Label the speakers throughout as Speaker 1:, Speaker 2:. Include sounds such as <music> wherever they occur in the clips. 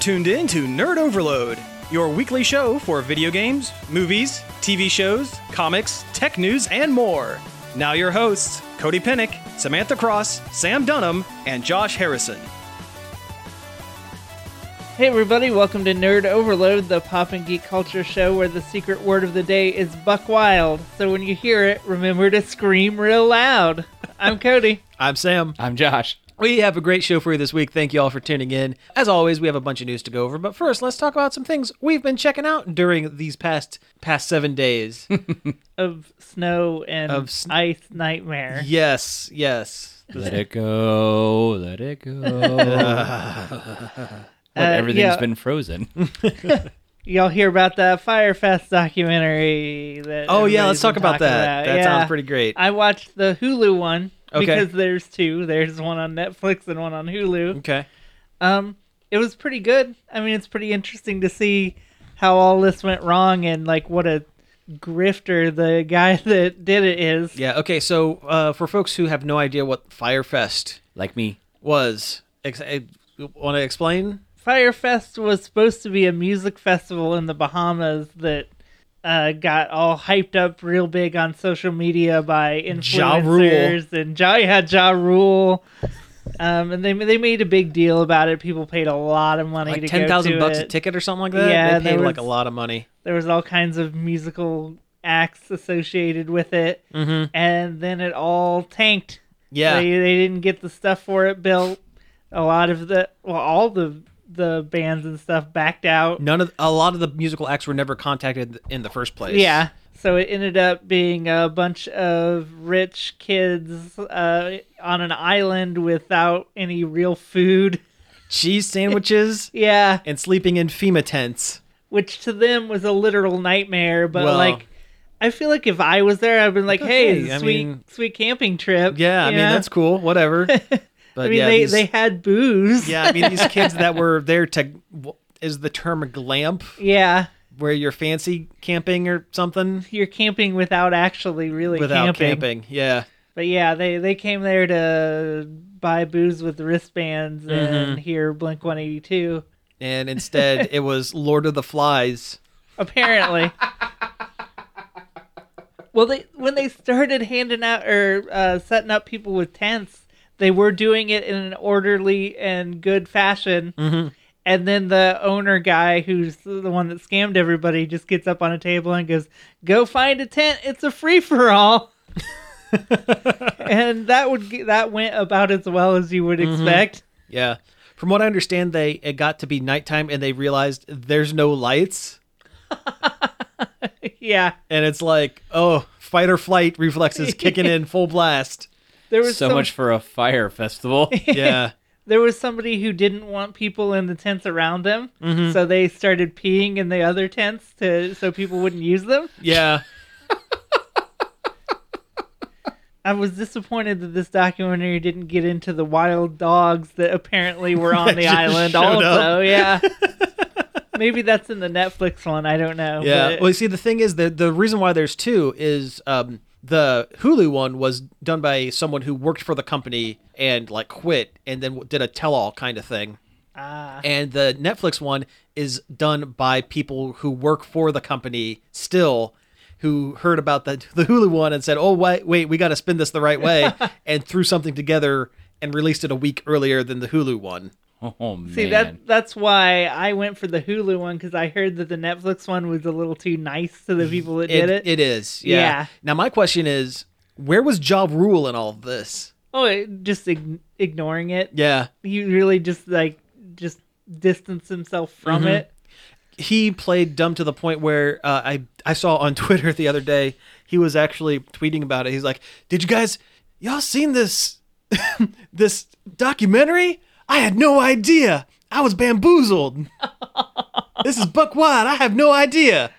Speaker 1: tuned in to Nerd Overload, your weekly show for video games, movies, TV shows, comics, tech news, and more. Now, your hosts, Cody Pennick, Samantha Cross, Sam Dunham, and Josh Harrison.
Speaker 2: Hey, everybody, welcome to Nerd Overload, the pop and geek culture show where the secret word of the day is buck wild. So when you hear it, remember to scream real loud. <laughs> I'm Cody.
Speaker 3: I'm Sam.
Speaker 4: I'm Josh.
Speaker 3: We have a great show for you this week. Thank you all for tuning in. As always, we have a bunch of news to go over, but first, let's talk about some things we've been checking out during these past past
Speaker 1: <laughs>
Speaker 3: 7 days.
Speaker 2: Of snow and
Speaker 3: Of sn-
Speaker 2: ice nightmare.
Speaker 3: yes, yes.
Speaker 4: Let it go. Let it
Speaker 2: <laughs>
Speaker 4: go.
Speaker 2: Uh,
Speaker 4: Everything's
Speaker 2: yeah, <laughs>
Speaker 4: been frozen.
Speaker 2: Y'all hear about the Firefest documentary? That
Speaker 3: Oh yeah,
Speaker 2: everybody's
Speaker 3: let's talk
Speaker 2: been
Speaker 3: about
Speaker 2: talking
Speaker 3: that. That
Speaker 2: Yeah.
Speaker 3: sounds pretty great.
Speaker 2: I watched the Hulu one
Speaker 3: Okay.
Speaker 2: because there's two. There's one on Netflix and one on Hulu.
Speaker 3: Okay.
Speaker 2: Um, it was pretty good. I mean, it's pretty interesting to see how all this went wrong and like what a grifter the <laughs> guy that did it is.
Speaker 3: Yeah, okay. So, uh, for folks who have no idea what Firefest
Speaker 4: like me.
Speaker 3: was, ex- want to explain?
Speaker 2: Firefest was supposed to be a music festival in the Bahamas that uh, got all hyped up real big on social media by
Speaker 3: Ja Rule.
Speaker 2: influencers and Ja had Ja Rule. Um, and they they made a big deal about it. People paid a lot of money
Speaker 3: Like
Speaker 2: to go to
Speaker 3: 10,000 bucks
Speaker 2: it.
Speaker 3: a ticket or something like that?
Speaker 2: Yeah,
Speaker 3: they paid
Speaker 2: there
Speaker 3: like a
Speaker 2: was-
Speaker 3: lot of money.
Speaker 2: there was all kinds of musical acts associated with it
Speaker 3: Mhm.
Speaker 2: and then it all tanked
Speaker 3: Yeah.
Speaker 2: they, they didn't get the stuff for it built a lot of the well all the the bands and stuff backed out
Speaker 3: None of a lot of the musical acts were never contacted in the first place.
Speaker 2: yeah so it ended up being a bunch of rich kids uh, on an island without any real food <laughs>
Speaker 3: cheese sandwiches
Speaker 2: yeah
Speaker 3: and sleeping in FEMA tents.
Speaker 2: which to them was a literal nightmare but
Speaker 3: Well-
Speaker 2: like I feel like if I was there, I'd been like, "Hey,
Speaker 3: Okay, I
Speaker 2: sweet,
Speaker 3: mean-
Speaker 2: sweet camping trip."
Speaker 3: Yeah, I
Speaker 2: you
Speaker 3: mean
Speaker 2: know?
Speaker 3: that's cool. Whatever.
Speaker 2: <laughs>
Speaker 3: But
Speaker 2: I mean,
Speaker 3: yeah,
Speaker 2: they,
Speaker 3: these,
Speaker 2: they had booze.
Speaker 3: <laughs> yeah, I mean these kids that were there to wh- is the term glamp
Speaker 2: <laughs> yeah.
Speaker 3: where you're fancy camping or something
Speaker 2: You're camping without actually really
Speaker 3: without
Speaker 2: camping.
Speaker 3: camping. Yeah,
Speaker 2: But yeah, they, they came there to buy booze with wristbands
Speaker 3: Mm-hmm.
Speaker 2: and hear Blink 182.
Speaker 3: and instead it was Lord of the Flies.
Speaker 2: Apparently. well, they when they started handing out or uh, setting up people with tents, they were doing it in an orderly and good fashion.
Speaker 4: Mm-hmm.
Speaker 3: Mhm.
Speaker 2: And then the owner guy, who's the one that scammed everybody, just gets up on a table and goes, "Go find a tent. It's a free for
Speaker 4: <laughs>
Speaker 2: all." and that would ge- that went about as well as you would
Speaker 4: Mm-hmm.
Speaker 2: expect. <laughs>
Speaker 3: Yeah, from what I understand, they it got to be nighttime and they realized there's no lights,
Speaker 2: yeah,
Speaker 3: and it's like oh, fight or flight reflexes kicking in full blast.
Speaker 2: there was
Speaker 4: So
Speaker 2: some-
Speaker 4: much for a fire
Speaker 2: <laughs>
Speaker 4: festival.
Speaker 3: Yeah.
Speaker 2: there was somebody who didn't want people in the tents around them,
Speaker 3: Mm-hmm.
Speaker 2: so they started peeing in the other tents to so people wouldn't use them.
Speaker 3: Yeah.
Speaker 2: I was disappointed that this documentary didn't get into the wild dogs that
Speaker 3: <laughs>
Speaker 2: apparently were on the
Speaker 3: just
Speaker 2: island.
Speaker 3: showed
Speaker 2: Also,
Speaker 3: up. <laughs>
Speaker 2: yeah. Maybe that's in the Netflix one. I don't know.
Speaker 3: Yeah.
Speaker 2: but-
Speaker 3: Well, you see, the thing is that the reason why there's two is um, the Hulu one was done by someone who worked for the company and like quit and then did a tell-all kind of thing,
Speaker 2: ah,
Speaker 3: and the Netflix one is done by people who work for the company still. Who heard about the <laughs> the Hulu one and said, "Oh wait, wait, we got to spin this the right
Speaker 2: <laughs>
Speaker 3: way," and threw something together and released it a week earlier than the Hulu one.
Speaker 4: Oh man.
Speaker 2: see that that's why I went for the Hulu one because I heard that the Netflix one was a little too nice to the people that did it.
Speaker 3: It is, yeah.
Speaker 2: Yeah.
Speaker 3: Now my question is, where was Job Rule in all of this?
Speaker 2: oh, it, just ign ignoring it.
Speaker 3: Yeah.
Speaker 2: he really just like just distanced himself from it.
Speaker 3: he played dumb to the point where uh, I I saw on <laughs> Twitter the other day he was actually tweeting about it. He's like, "Did you guys y'all seen this <laughs> this documentary? I had no idea. I was bamboozled. this is Buck Wild. I have no idea."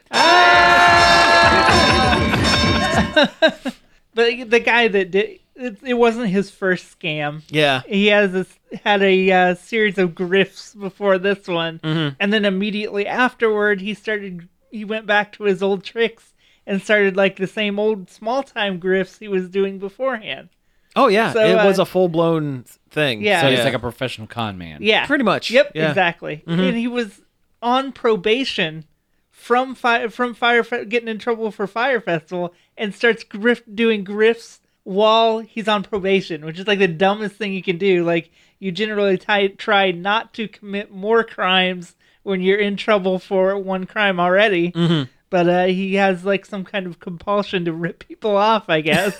Speaker 2: But the guy that did it, it wasn't his first scam.
Speaker 3: Yeah.
Speaker 2: He has this, had a uh, series of grifts before this one, and then immediately afterward, he started. He went back to his old tricks and started like the same old small time grifts he was doing beforehand.
Speaker 3: Oh yeah,
Speaker 2: So,
Speaker 3: it
Speaker 2: uh,
Speaker 3: was a full blown thing.
Speaker 2: Yeah.
Speaker 4: So
Speaker 3: So
Speaker 4: he's
Speaker 3: it's
Speaker 4: like a professional con man.
Speaker 2: Yeah.
Speaker 3: Pretty much,
Speaker 2: Yep,
Speaker 3: yeah. Mm-hmm.
Speaker 2: exactly. And he was on probation from fire from fire fe- getting in trouble for fire festival and starts grift doing grifts while he's on probation, which is like the dumbest thing you can do. Like you generally ti- try not to commit more crimes when you're in trouble for one crime already.
Speaker 3: Mm-hmm.
Speaker 2: But uh, he has like some kind of compulsion to rip people off, I guess.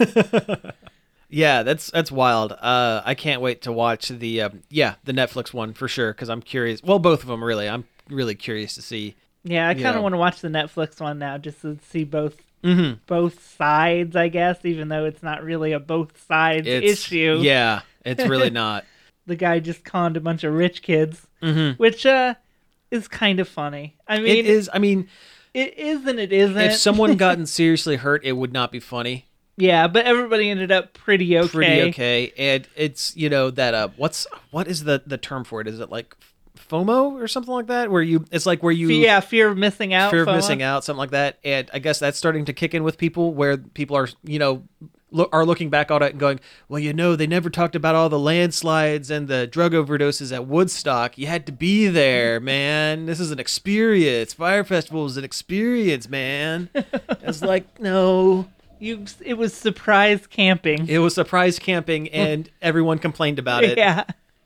Speaker 3: yeah. That's that's wild. Uh, I can't wait to watch the uh, yeah the Netflix one for sure because I'm curious. Well, both of them really. I'm really curious to see.
Speaker 2: Yeah, I kind of
Speaker 3: Yeah.
Speaker 2: want to watch the Netflix one now just to see both
Speaker 3: Mm-hmm.
Speaker 2: both sides, I guess, even though it's not really a both sides
Speaker 3: It's,
Speaker 2: issue.
Speaker 3: Yeah, it's
Speaker 2: <laughs>
Speaker 3: really not.
Speaker 2: The guy just conned a bunch of rich kids, which uh is kind of funny. I mean,
Speaker 3: Mm-hmm. it is. I mean,
Speaker 2: it is and it isn't.
Speaker 3: if someone
Speaker 2: <laughs>
Speaker 3: gotten seriously hurt, it would not be funny.
Speaker 2: yeah, but everybody ended up pretty okay.
Speaker 3: Pretty okay. And it's you know that uh, what's what is the the term for it? Is it like FOMO or something like that? Where you it's like where you
Speaker 2: Fe- yeah, fear of missing out.
Speaker 3: fear of
Speaker 2: FOMO.
Speaker 3: missing out, something like that. And I guess that's starting to kick in with people where people are, you know, lo- are looking back on it and going, well, you know, they never talked about all the landslides and the drug overdoses at Woodstock. You had to be
Speaker 2: <laughs>
Speaker 3: there, man. This is an experience. Fire Festival is an experience,
Speaker 2: <laughs>
Speaker 3: man. It's like, no.
Speaker 2: You, it was surprise camping.
Speaker 3: It was surprise camping and everyone complained about it.
Speaker 2: <laughs> Yeah.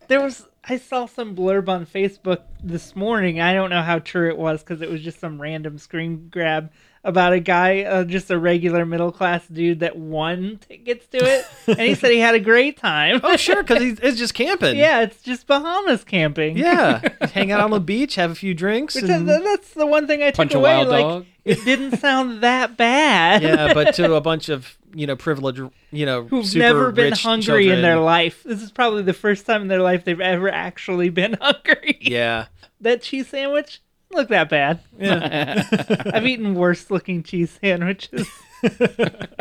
Speaker 2: There was I saw some blurb on Facebook this morning. I don't know how true it was cuz it was just some random screen grab about a guy, uh, just a regular middle class dude that won tickets to it and he said he had a great time.
Speaker 3: Oh, sure, because it's just camping.
Speaker 2: <laughs> yeah, it's just Bahamas camping. <laughs>
Speaker 3: Yeah. Hang out on the beach, have a few drinks.
Speaker 2: Which
Speaker 3: and-
Speaker 2: is- that's the one thing I took
Speaker 4: Punch a
Speaker 2: away
Speaker 4: wild
Speaker 2: like <laughs>
Speaker 4: dog.
Speaker 2: it
Speaker 3: <laughs>
Speaker 2: didn't sound that bad.
Speaker 3: yeah, but to a bunch of you know privileged, you know,
Speaker 2: <laughs> Who've
Speaker 3: super
Speaker 2: never been
Speaker 3: rich
Speaker 2: hungry
Speaker 3: children.
Speaker 2: in their life. This is probably the first time in their life they've ever actually been <laughs> hungry.
Speaker 3: Yeah,
Speaker 2: That cheese sandwich look that bad.
Speaker 3: <laughs>
Speaker 2: I've eaten worse looking cheese sandwiches.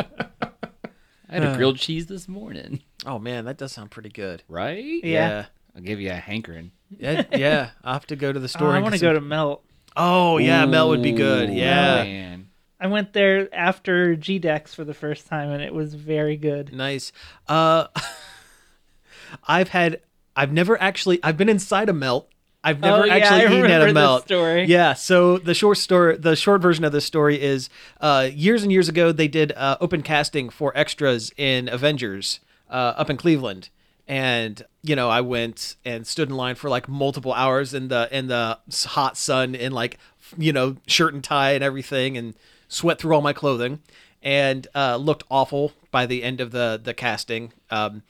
Speaker 4: I
Speaker 2: Uh.
Speaker 4: had a grilled cheese this morning.
Speaker 3: Oh man, that does sound pretty good.
Speaker 4: Right?
Speaker 2: Yeah.
Speaker 4: I'll give you a hankering.
Speaker 3: yeah, yeah. yeah. I will have to go to the
Speaker 2: Oh,
Speaker 3: store.
Speaker 2: I
Speaker 3: and
Speaker 2: want to
Speaker 3: get
Speaker 2: go
Speaker 3: some-
Speaker 2: to Melt.
Speaker 3: Oh yeah, Mel would be good.
Speaker 4: Ooh,
Speaker 3: Yeah,
Speaker 4: man.
Speaker 2: I went there after GDEX for the first time and it was very good.
Speaker 3: nice. Uh, <laughs> I've had. I've never actually. I've been inside a melt. I've never
Speaker 2: Oh, yeah, I
Speaker 3: actually eaten
Speaker 2: remember
Speaker 3: at a
Speaker 2: this
Speaker 3: melt.
Speaker 2: story.
Speaker 3: Yeah. So the short story, the short version of this story is, uh, years and years ago, they did uh, open casting for extras in Avengers uh, up in Cleveland, and you know, I went and stood in line for like multiple hours in the in the s- hot sun in like f- you know shirt and tie and everything, and sweat through all my clothing, and uh, looked awful by the end of the the casting. Um,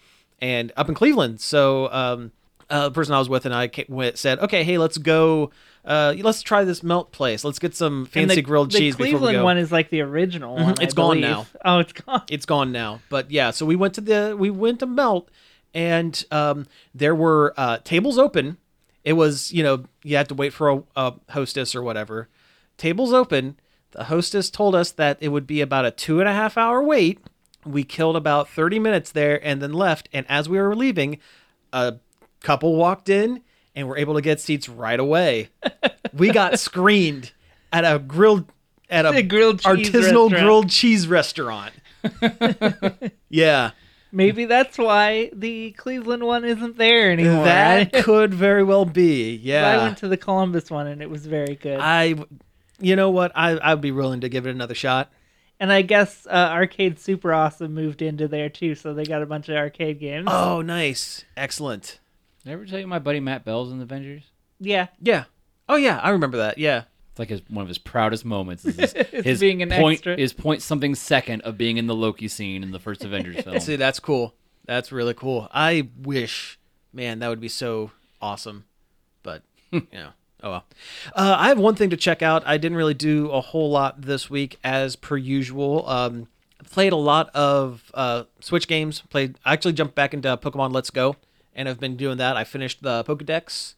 Speaker 3: and up in Cleveland. So um, uh, the person I was with and I ca- went, said, "Okay, hey, let's go. Uh, let's try this melt place. Let's get some
Speaker 2: And
Speaker 3: fancy
Speaker 2: the,
Speaker 3: grilled
Speaker 2: the
Speaker 3: cheese
Speaker 2: Cleveland
Speaker 3: before we go." Mm-hmm.
Speaker 2: one is like the original one.
Speaker 3: It's
Speaker 2: I
Speaker 3: gone
Speaker 2: believe.
Speaker 3: now.
Speaker 2: Oh,
Speaker 3: <laughs>
Speaker 2: it's gone.
Speaker 3: it's gone now, but yeah. So we went to the we went to melt, and um, there were uh, tables open. It was you know you had to wait for a, a hostess or whatever. Tables open. The hostess told us that it would be about a two and a half hour wait. We killed about thirty minutes there and then left. And as we were leaving, a couple walked in and were able to get seats right away. we got screened at a grilled at a,
Speaker 2: A grilled cheese
Speaker 3: artisanal
Speaker 2: restaurant.
Speaker 3: grilled cheese
Speaker 2: <laughs>
Speaker 3: restaurant. yeah.
Speaker 2: Maybe that's why the Cleveland one isn't there anymore.
Speaker 3: That
Speaker 2: I,
Speaker 3: could very well be. Yeah.
Speaker 2: <laughs> I went to the Columbus one and it was very good.
Speaker 3: I you know what? I I'd be willing to give it another shot.
Speaker 2: and I guess uh, Arcade Super Awesome moved into there too, so they got a bunch of arcade games.
Speaker 3: Oh, nice. Excellent.
Speaker 4: Did I ever tell you my buddy Matt Bell's in the Avengers?
Speaker 2: yeah.
Speaker 3: Yeah. Oh yeah, I remember that. Yeah.
Speaker 4: It's like his, one of his proudest moments. Is
Speaker 2: <laughs>
Speaker 4: his, his
Speaker 2: being an
Speaker 4: point
Speaker 2: extra.
Speaker 4: is point something second of being in the Loki scene in the first
Speaker 2: <laughs>
Speaker 4: Avengers film.
Speaker 3: See, that's cool. That's really cool. I wish, man, that would be so awesome. But you know, oh well. Uh, I have one thing to check out. I didn't really do a whole lot this week, as per usual. Um, played a lot of uh, Switch games. Played. I actually jumped back into Pokemon Let's Go, and I've been doing that. I finished the Pokedex,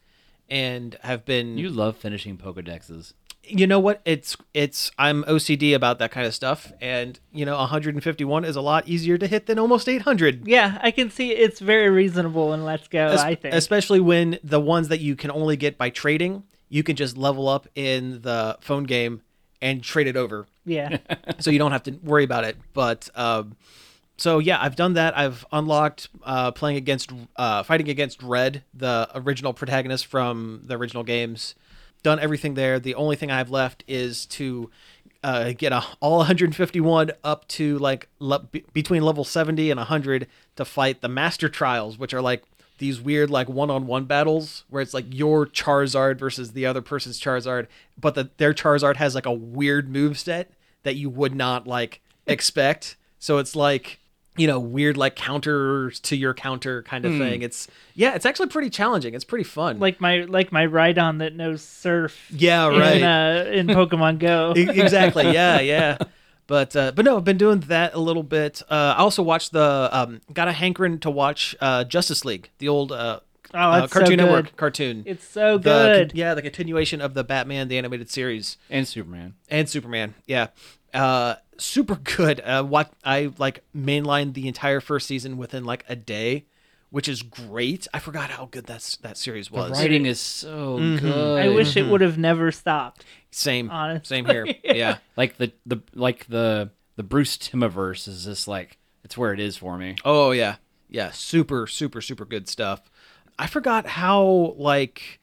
Speaker 3: and have been
Speaker 4: You love finishing Pokedexes.
Speaker 3: you know what it's it's i'm ocd about that kind of stuff and you know 151 is a lot easier to hit than almost 800
Speaker 2: Yeah, I can see it's very reasonable and Let's Go,
Speaker 3: Es-
Speaker 2: I think.
Speaker 3: especially when the ones that you can only get by trading you can just level up in the phone game and trade it over <laughs>
Speaker 2: yeah.
Speaker 3: so you don't have to worry about it but um so yeah, I've done that. I've unlocked uh, playing against, uh, fighting against Red, the original protagonist from the original games. Done everything there. The only thing I have left is to uh, get a, all 151 up to like le- be- between level 70 and 100 to fight the Master Trials, which are like these weird like one-on-one battles where it's like your Charizard versus the other person's Charizard, but the, their Charizard has like a weird move set that you would not like expect. So it's like you know weird like counters to your counter kind of thing. It's yeah, it's actually pretty challenging. It's pretty fun.
Speaker 2: Hmm. Like my like my Rhydon that knows surf.
Speaker 3: yeah, right.
Speaker 2: In, uh, in
Speaker 3: <laughs>
Speaker 2: Pokemon Go.
Speaker 3: E- exactly. Yeah,
Speaker 2: <laughs>
Speaker 3: yeah. But uh, but no, I've been doing that a little bit. Uh, I also watched the um, got a hankering to watch uh, Justice League, the old uh,
Speaker 2: Oh,
Speaker 3: uh,
Speaker 2: it's so
Speaker 3: Cartoon
Speaker 2: good.
Speaker 3: Network cartoon.
Speaker 2: It's so
Speaker 3: The con-
Speaker 2: good.
Speaker 3: yeah, the continuation of the Batman the animated series
Speaker 4: and Superman.
Speaker 3: and Superman. Yeah, uh, super good. Uh, what I like mainlined the entire first season within like a day, which is great. I forgot how good that's that series was.
Speaker 4: Writing is so good.
Speaker 2: I wish it would have never stopped.
Speaker 3: Same,
Speaker 2: Honestly.
Speaker 3: same here. Yeah.
Speaker 4: like the the like the the Bruce Timmiverse is just like it's where it is for me.
Speaker 3: Oh yeah, yeah, super, super, super good stuff. I forgot how like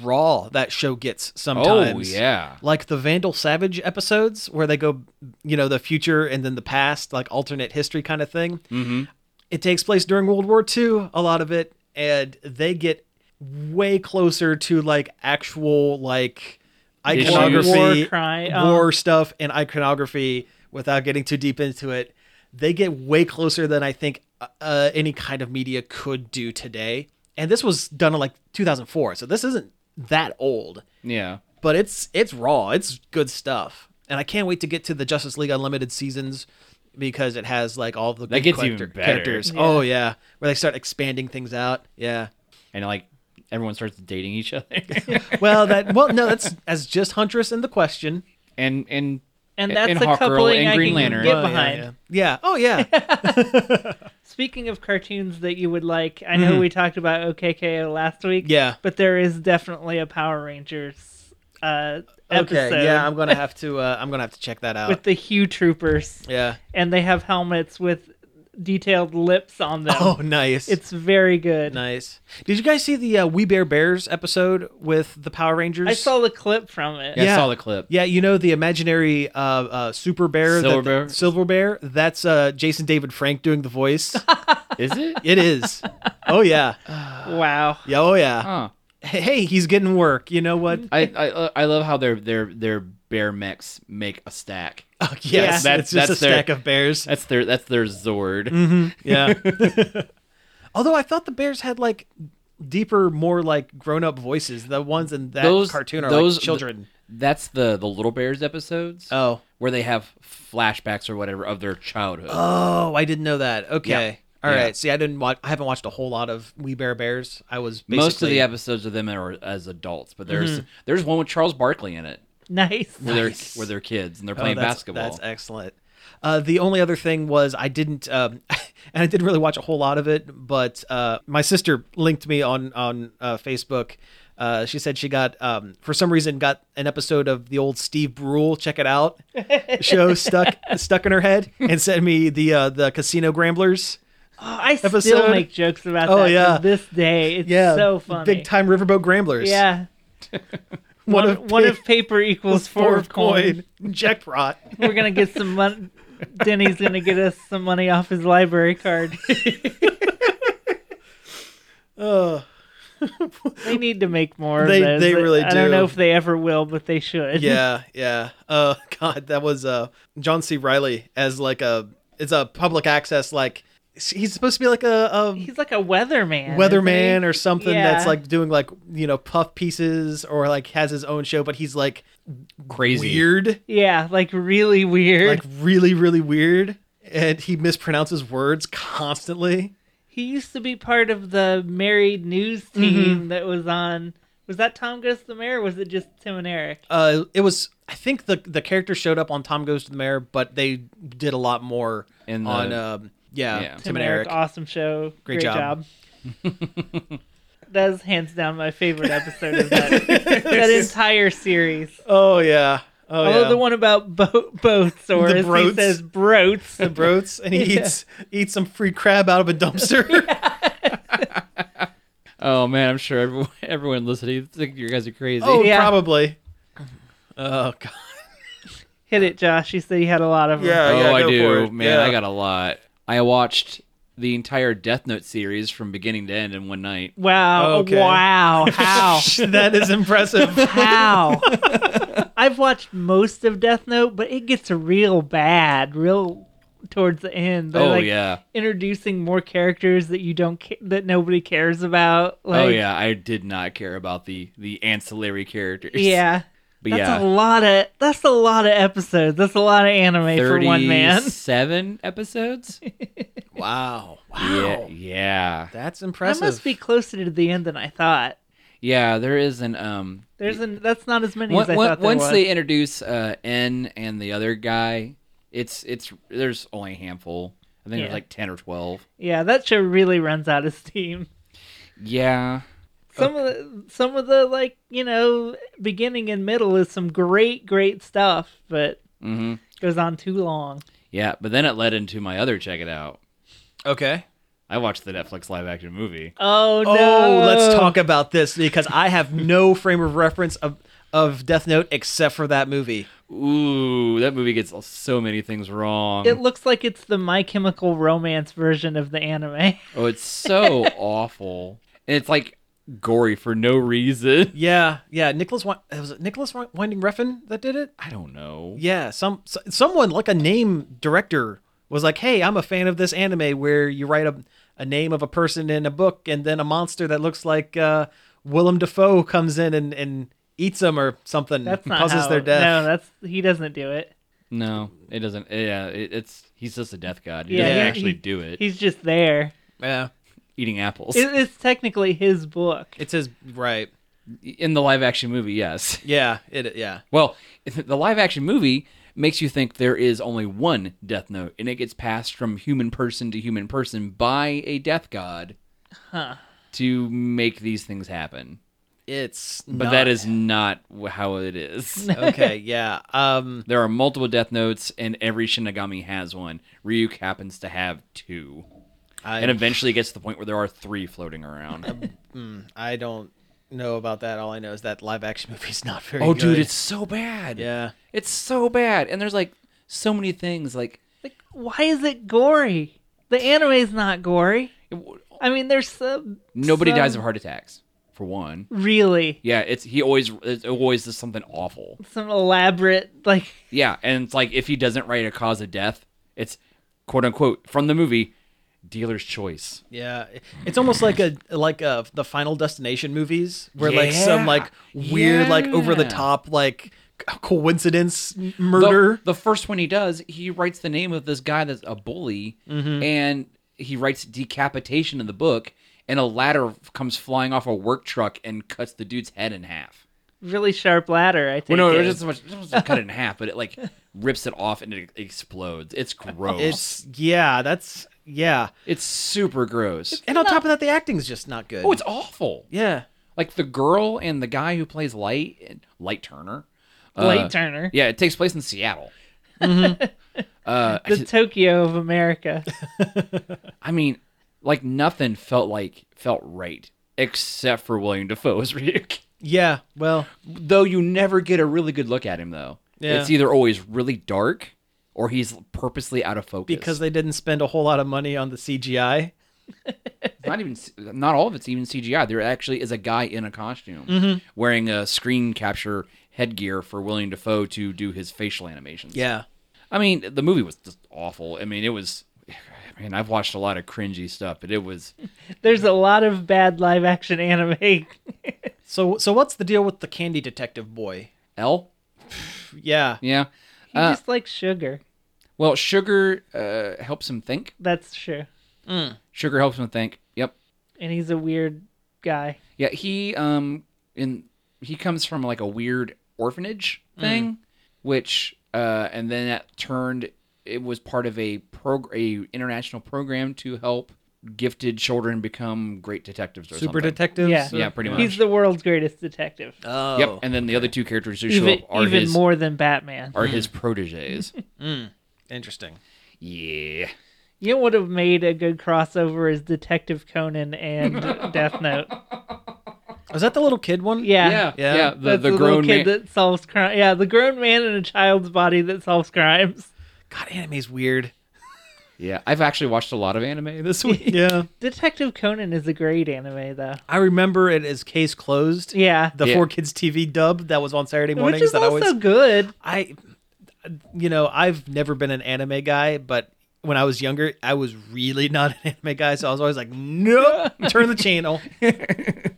Speaker 3: raw that show gets sometimes.
Speaker 4: yeah.
Speaker 3: like the Vandal Savage episodes where they go, you know, the future and then the past, like alternate history kind of thing. Mm-hmm. It takes place during World War II, a lot of it, and they get way closer to like actual like
Speaker 4: Issues.
Speaker 3: iconography,
Speaker 2: War cry- um,
Speaker 3: war stuff, and iconography without getting too deep into it. They get way closer than I think uh, any kind of media could do today. And this was done in like 2004, so this isn't that old
Speaker 4: Yeah.
Speaker 3: but it's it's raw. It's good stuff, and I can't wait to get to the Justice League Unlimited seasons because it has like all the good
Speaker 4: gets even
Speaker 3: character-
Speaker 4: better.
Speaker 3: characters. Oh yeah, where they start expanding things out. Yeah.
Speaker 4: And like everyone starts dating each other. <laughs>
Speaker 3: Well, that well no, that's as just Huntress in the question.
Speaker 4: and and
Speaker 2: And
Speaker 4: a-
Speaker 2: that's
Speaker 4: and
Speaker 2: the
Speaker 4: Hawkgirl
Speaker 2: coupling
Speaker 4: and
Speaker 2: I
Speaker 4: Green
Speaker 2: can
Speaker 4: Lantern.
Speaker 2: get
Speaker 3: Oh, yeah,
Speaker 2: behind.
Speaker 3: Yeah. Yeah. Oh yeah.
Speaker 2: Speaking of cartoons that you would like, I know we talked about OKKO last week.
Speaker 3: Mm-hmm. Yeah.
Speaker 2: But there is definitely a Power Rangers uh, <laughs> episode
Speaker 3: okay. Yeah. I'm gonna have to. Uh, I'm gonna have to check that out.
Speaker 2: with the Hue Troopers,
Speaker 3: yeah.
Speaker 2: and they have helmets with detailed lips on them.
Speaker 3: Oh, nice.
Speaker 2: It's very good.
Speaker 3: nice. Did you guys see the uh, We Bear Bears episode with the Power Rangers?
Speaker 2: I saw the clip from it.
Speaker 4: yeah,
Speaker 3: Yeah.
Speaker 4: I saw the clip.
Speaker 3: Yeah, you know the imaginary uh, uh, super bear,
Speaker 4: Silver
Speaker 3: that-
Speaker 4: bear?
Speaker 3: silver bear. That's uh, Jason David Frank doing the
Speaker 4: <laughs>
Speaker 3: voice.
Speaker 4: Is it?
Speaker 3: it is. Oh yeah,
Speaker 2: Wow.
Speaker 3: yeah, oh yeah.
Speaker 4: Huh.
Speaker 3: Hey, he's getting work. You know what?
Speaker 4: I, I I love how their their their bear mechs make a stack.
Speaker 3: Oh, <laughs> yes,
Speaker 2: Yeah.
Speaker 3: that's,
Speaker 4: That's-
Speaker 3: just
Speaker 4: that's
Speaker 3: a stack
Speaker 4: their-
Speaker 3: of bears.
Speaker 4: <laughs> That's their that's their Zord.
Speaker 3: Yeah. <laughs> Although I thought the bears had like deeper, more like grown-up voices. The ones in that
Speaker 4: Those-
Speaker 3: cartoon are
Speaker 4: those-
Speaker 3: like children.
Speaker 4: That's the the little bears episodes.
Speaker 3: oh,
Speaker 4: where they have flashbacks or whatever of their childhood.
Speaker 3: oh, I didn't know that. Okay. All right.
Speaker 4: Yeah.
Speaker 3: See, I didn't watch. I haven't watched a whole lot of We Bear Bears. I was basically
Speaker 4: Most of the episodes of them are as adults, but there's there's one with Charles Barkley in it
Speaker 2: Nice.
Speaker 4: where they're
Speaker 3: Mm-hmm. Nice.
Speaker 4: where they're kids and they're playing
Speaker 3: Oh, that's,
Speaker 4: basketball.
Speaker 3: That's excellent. Uh, the only other thing was I didn't, um, <laughs> and I didn't really watch a whole lot of it. But uh, my sister linked me on on uh, Facebook. Uh, she said she got, um, for some reason, got an episode of the old Steve Brule "Check It
Speaker 2: <laughs>
Speaker 3: Out" show stuck stuck in her head, and sent me the uh, the Casino Gramblers.
Speaker 2: Oh, <gasps> I still
Speaker 3: Episode?
Speaker 2: make jokes about
Speaker 3: Oh,
Speaker 2: that
Speaker 3: yeah.
Speaker 2: to this day. It's so funny.
Speaker 3: big time riverboat Gramblers.
Speaker 2: Yeah.
Speaker 3: one,
Speaker 2: One,
Speaker 3: of
Speaker 2: one
Speaker 3: pig
Speaker 2: of paper
Speaker 3: <laughs>
Speaker 2: equals four of coin.
Speaker 3: jackpot.
Speaker 2: We're gonna get some
Speaker 3: <laughs>
Speaker 2: money. Denny's gonna get us some money off his library card.
Speaker 3: <laughs> Ugh.
Speaker 2: They need to make more.
Speaker 3: They-
Speaker 2: of those.
Speaker 3: they really
Speaker 2: I don't
Speaker 3: do.
Speaker 2: know if they ever will, but they should.
Speaker 3: yeah yeah uh <laughs> god that was uh john c riley as like a it's a public access like he's supposed to be like a, a
Speaker 2: <laughs> He's like a weatherman.
Speaker 3: weatherman or something that's
Speaker 2: Yeah.
Speaker 3: like doing like you know puff pieces or like has his own show but he's like
Speaker 4: Crazy.
Speaker 3: weird
Speaker 2: Yeah, like really weird.
Speaker 3: like really really weird and he mispronounces words constantly
Speaker 2: he used to be part of the married news
Speaker 3: Mm-hmm.
Speaker 2: team that was on. Was that Tom Goes to the Mayor? Or was it just Tim and Eric?
Speaker 3: uh it was i think the the character showed up on tom goes to the mayor but they did a lot more
Speaker 4: In the-
Speaker 3: on um yeah,
Speaker 4: Yeah.
Speaker 3: tim, and eric,
Speaker 2: awesome show.
Speaker 3: Great
Speaker 2: Great,
Speaker 3: job.
Speaker 2: job.
Speaker 3: <laughs>
Speaker 2: that is hands down my favorite episode of that, that entire series.
Speaker 3: oh yeah Oh,
Speaker 2: I love
Speaker 3: yeah.
Speaker 2: the one about bo- boats, or
Speaker 3: The
Speaker 2: as he
Speaker 3: broats.
Speaker 2: says,
Speaker 3: <laughs>
Speaker 2: broats.
Speaker 3: the broats, and he
Speaker 2: <laughs> Yeah.
Speaker 3: eats eats some free crab out of a
Speaker 2: <laughs>
Speaker 3: dumpster.
Speaker 4: Oh man, I'm sure everyone, <laughs> everyone listening think you guys are crazy.
Speaker 3: Oh,
Speaker 2: Yeah.
Speaker 3: probably. Oh god.
Speaker 2: Hit it, Josh. You said you had a lot of them.
Speaker 4: Oh, I do, man. I got a lot. I watched the entire Death Note series from beginning to end in one night.
Speaker 2: Wow.
Speaker 3: Oh, Okay.
Speaker 2: Wow.
Speaker 3: <laughs>
Speaker 2: How?
Speaker 3: that is impressive.
Speaker 4: <laughs>
Speaker 2: How? I've watched most of Death Note, but it gets real bad, real towards the end. They're
Speaker 4: oh
Speaker 2: like
Speaker 4: yeah,
Speaker 2: introducing more characters that you don't ca- that nobody cares about. Like,
Speaker 4: oh yeah. I did not care about the the ancillary characters.
Speaker 2: yeah.
Speaker 4: but
Speaker 2: That's
Speaker 4: yeah,
Speaker 2: a lot of that's a lot of episodes. That's a lot of anime for one man.
Speaker 4: thirty-seven episodes.
Speaker 3: <laughs> wow. <laughs> Wow.
Speaker 4: yeah, yeah,
Speaker 3: That's
Speaker 2: <laughs> That
Speaker 3: impressive.
Speaker 2: must be closer to the end than I thought.
Speaker 4: yeah. There is an um.
Speaker 2: There's an that's not as many as I
Speaker 4: One- one-
Speaker 2: thought there
Speaker 4: once
Speaker 2: was.
Speaker 4: they introduce uh, N and the other guy, it's it's there's only a handful. I think
Speaker 2: Yeah.
Speaker 4: there's like ten or twelve.
Speaker 2: Yeah, that show really runs out of steam.
Speaker 4: Yeah,
Speaker 2: Some of the some of the like you know beginning and middle is some great great stuff, but
Speaker 4: hmm
Speaker 2: goes on too long.
Speaker 4: yeah. But then it led into my other check it out.
Speaker 3: okay.
Speaker 4: I watched the Netflix live action movie.
Speaker 2: Oh no!
Speaker 3: Oh, let's talk about this because I have no frame of reference of of Death Note except for that movie.
Speaker 4: Ooh, that movie gets so many things wrong.
Speaker 2: It looks like it's the My Chemical Romance version of the anime. <laughs>
Speaker 4: oh, it's so awful, and it's like gory for no reason.
Speaker 3: Yeah, yeah. Nicholas Wi- was it Nicholas Wi- Winding Refn that did it?
Speaker 4: I don't know.
Speaker 3: Yeah, some so- someone like a name director was like, "Hey, I'm a fan of this anime where you write a a name of a person in a book, and then a monster that looks like uh, Willem Dafoe comes in and, and eats them or something,
Speaker 2: That's
Speaker 3: and
Speaker 2: not
Speaker 3: causes
Speaker 2: how-
Speaker 3: their death."
Speaker 2: No, that's he doesn't do it.
Speaker 4: No, it doesn't. Yeah, it, it's he's just a death god. He
Speaker 2: Yeah,
Speaker 4: doesn't
Speaker 2: he-
Speaker 4: actually
Speaker 2: he-
Speaker 4: do it.
Speaker 2: He's just there.
Speaker 3: yeah,
Speaker 4: Eating apples
Speaker 2: It, it's technically his book.
Speaker 3: it says right.
Speaker 4: in the live action movie. Yes.
Speaker 3: Yeah, it yeah.
Speaker 4: Well, if the live action movie makes you think there is only one Death Note, and it gets passed from human person to human person by a death god to make these things happen.
Speaker 3: It's
Speaker 4: But that is not wh- how it is.
Speaker 3: <laughs> okay. Yeah. Um.
Speaker 4: There are multiple Death Notes, and every Shinigami has one. Ryuk happens to have two.
Speaker 3: I
Speaker 4: And eventually gets to the point where there are three floating around.
Speaker 3: I don't know about that. All I know is that live action <laughs> movie's not very.
Speaker 4: oh, dude,
Speaker 3: good.
Speaker 4: it's so bad.
Speaker 3: yeah.
Speaker 4: It's so bad. And there's like so many things. Like,
Speaker 2: Like, why is it gory? The anime's not gory.
Speaker 4: it-
Speaker 2: I mean, there's some,
Speaker 4: Nobody
Speaker 2: some-
Speaker 4: dies of heart attacks, for one.
Speaker 2: really
Speaker 4: Yeah, it's he always it's always does something awful.
Speaker 2: some elaborate like
Speaker 4: Yeah, and it's like if he doesn't write a cause of death, it's quote unquote from the movie, dealer's choice.
Speaker 3: Yeah, it's almost like a like uh the Final Destination movies where like some
Speaker 4: Yeah.
Speaker 3: like weird like over the
Speaker 4: Yeah.
Speaker 3: top like c- coincidence m-
Speaker 4: The-
Speaker 3: murder.
Speaker 4: The, first one he does, he writes the name of this guy that's a bully, and he writes decapitation in the book, and a ladder comes flying off a work truck and cuts the dude's head in half.
Speaker 2: really sharp ladder. I
Speaker 4: Well,
Speaker 2: think.
Speaker 4: no, it
Speaker 2: it.
Speaker 4: doesn't so much it doesn't cut it in half, but it like rips it off and it explodes. It's gross.
Speaker 3: It's yeah, that's yeah.
Speaker 4: it's super gross.
Speaker 3: And on top of that, the acting's just not good.
Speaker 4: Oh, it's awful.
Speaker 3: yeah,
Speaker 4: like the girl and the guy who plays Light, Light Turner. uh,
Speaker 2: Blade Turner,
Speaker 4: Yeah, it takes place in Seattle. uh, I
Speaker 2: the
Speaker 4: just-
Speaker 2: Tokyo of
Speaker 4: <laughs>
Speaker 2: America.
Speaker 4: I mean, like nothing felt like felt right except for William Defoe's Ryuk.
Speaker 3: yeah. Well,
Speaker 4: Though you never get a really good look at him, though.
Speaker 3: Yeah.
Speaker 4: It's either always really dark or he's purposely out of focus.
Speaker 3: because they didn't spend a whole lot of money on the CGI.
Speaker 4: not even not all of it's even CGI. There actually is a guy in a costume
Speaker 3: Mm-hmm.
Speaker 4: wearing a screen capture headgear for William Defoe to do his facial animations.
Speaker 3: Yeah,
Speaker 4: I mean, the movie was just awful. I mean, it was. <sighs> I mean, I've watched a lot of cringy stuff, but it
Speaker 2: <laughs>
Speaker 4: was.
Speaker 2: There's a lot of bad live action anime. <laughs>
Speaker 3: So so what's the deal with the candy detective boy?
Speaker 4: L?
Speaker 3: Yeah,
Speaker 4: Yeah.
Speaker 2: He
Speaker 4: Uh,
Speaker 2: just likes sugar.
Speaker 4: Well, sugar uh, helps him think.
Speaker 2: That's true.
Speaker 4: Sugar helps him think. Yep.
Speaker 2: And he's a weird guy.
Speaker 4: Yeah. He um in he comes from like a weird orphanage
Speaker 2: Mm.
Speaker 4: thing, which uh and then that turned it was part of a prog- a international program to help gifted children become great detectives or
Speaker 3: Super
Speaker 4: something.
Speaker 3: detectives.
Speaker 2: Yeah.
Speaker 4: Yeah, pretty much.
Speaker 2: He's the world's greatest detective.
Speaker 3: Oh.
Speaker 4: Yep, and then the other two characters who show
Speaker 2: even
Speaker 4: up are
Speaker 2: even
Speaker 4: his
Speaker 2: more than Batman.
Speaker 4: are his proteges.
Speaker 3: Interesting.
Speaker 4: yeah,
Speaker 2: You know what would have made a good crossover is Detective Conan
Speaker 4: <laughs>
Speaker 2: and Death Note.
Speaker 3: Was that the little kid one?
Speaker 2: Yeah.
Speaker 4: yeah,
Speaker 3: Yeah.
Speaker 4: yeah.
Speaker 2: The,
Speaker 4: The,
Speaker 2: That's the,
Speaker 4: the
Speaker 2: little
Speaker 4: grown
Speaker 2: kid
Speaker 4: man.
Speaker 2: that solves crime. Yeah, the grown man in a child's body that solves crimes.
Speaker 3: God, anime's
Speaker 4: <laughs>
Speaker 3: weird.
Speaker 4: yeah, I've actually watched a lot of anime this week.
Speaker 3: Yeah.
Speaker 2: Detective Conan is a great anime, though.
Speaker 3: I remember it as Case Closed.
Speaker 2: Yeah,
Speaker 3: The
Speaker 4: Yeah.
Speaker 3: Four Kids TV dub that was on Saturday mornings
Speaker 2: which is
Speaker 3: that
Speaker 2: also
Speaker 3: I always
Speaker 2: good.
Speaker 3: I you know, I've never been an anime guy, but when I was younger, I was really not an <laughs> anime guy, so I was always like, "Nope, turn the
Speaker 2: <laughs>
Speaker 3: channel.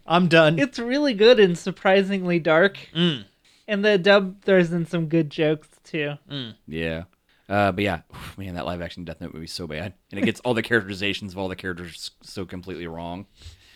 Speaker 3: I'm done."
Speaker 2: It's really good and surprisingly dark.
Speaker 3: Mm.
Speaker 2: And the dub throws in some good jokes too.
Speaker 4: yeah. Uh, but yeah, Oof, man, that live action Death Note movie is so bad, and it gets all the characterizations of all the characters so completely wrong.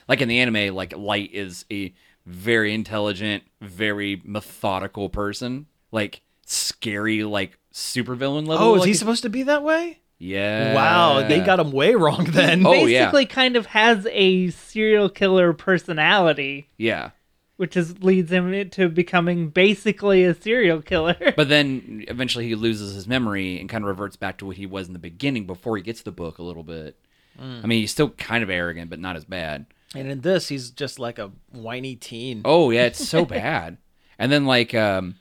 Speaker 4: Like in the anime, like Light is a very intelligent, very methodical person, like scary, like supervillain level.
Speaker 3: Oh, is
Speaker 4: like
Speaker 3: he
Speaker 4: it's-
Speaker 3: supposed to be that way?
Speaker 4: Uh, Yeah.
Speaker 3: Wow, they got him way wrong then.
Speaker 4: Oh, yeah.
Speaker 2: Basically, kind of has a serial killer personality,
Speaker 4: Yeah.
Speaker 2: which is leads him to becoming basically a serial killer.
Speaker 4: But then eventually he loses his memory and kind of reverts back to what he was in the beginning before he gets the book a little bit.
Speaker 2: Mm.
Speaker 4: I mean, he's still kind of arrogant, but not as bad.
Speaker 3: And in this, he's just like a whiny teen.
Speaker 4: Oh yeah,
Speaker 2: <laughs>
Speaker 4: it's so bad. And then like um,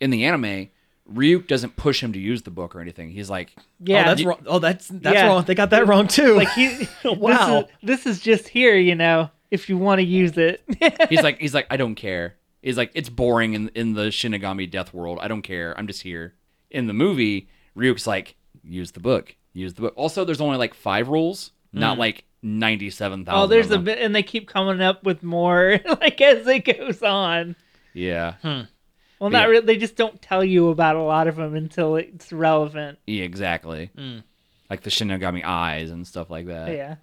Speaker 4: in the anime, Ryuk doesn't push him to use the book or anything. He's like,
Speaker 2: <laughs> yeah,
Speaker 3: oh, that's wrong. Oh, that's that's
Speaker 2: Yeah.
Speaker 3: wrong. They got that wrong too.
Speaker 2: <laughs> like he.
Speaker 3: Wow.
Speaker 2: this is, this is just here, you know. If you want to use it, <laughs>
Speaker 4: he's like, he's like, I don't care. He's like, it's boring in in the Shinigami Death world. I don't care. I'm just here. In the movie, Ryuk's like, use the book, use the book. Also, there's only like five rules, not like ninety-seven thousand.
Speaker 2: Mm. oh, there's a bit, and they keep coming up with more, <laughs> like as it goes on.
Speaker 4: yeah.
Speaker 2: Well, not
Speaker 4: But yeah.
Speaker 2: really. They just don't tell you about a lot of them until it's relevant.
Speaker 4: Yeah, exactly.
Speaker 3: Mm.
Speaker 4: Like the Shinigami eyes and stuff like that.
Speaker 2: yeah.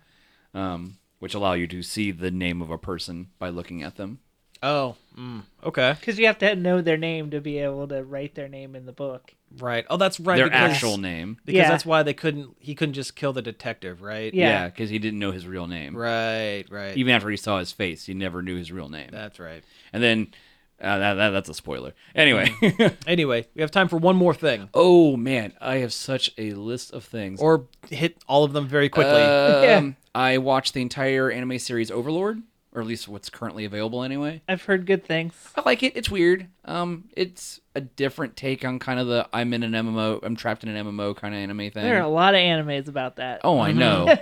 Speaker 4: Um, which allow you to see the name of a person by looking at them.
Speaker 3: oh, mm, okay,
Speaker 2: Because you have to know their name to be able to write their name in the book.
Speaker 3: right. Oh, that's right.
Speaker 4: Their
Speaker 3: because-
Speaker 4: actual name.
Speaker 3: because
Speaker 2: Yeah.
Speaker 3: that's why they couldn't. He couldn't just kill the detective, right?
Speaker 2: Yeah.
Speaker 4: Yeah, because he didn't know his real name.
Speaker 3: Right, right.
Speaker 4: Even after he saw his face, he never knew his real name.
Speaker 3: that's right.
Speaker 4: And then, uh, that, that, that's a spoiler. Anyway.
Speaker 3: Mm. Anyway, we have time for one more thing,
Speaker 4: <laughs> oh, man. I have such a list of things.
Speaker 3: or hit all of them very <laughs> quickly.
Speaker 4: Um, I watched the entire anime series Overlord, or at least what's currently available anyway.
Speaker 2: I've heard good things.
Speaker 4: I like it. It's weird. Um, it's a different take on kind of the I'm in an MMO, I'm trapped in an MMO kind of anime thing.
Speaker 2: There are a lot of animes about that.
Speaker 4: oh,
Speaker 3: Uh-huh. <laughs>
Speaker 4: I know.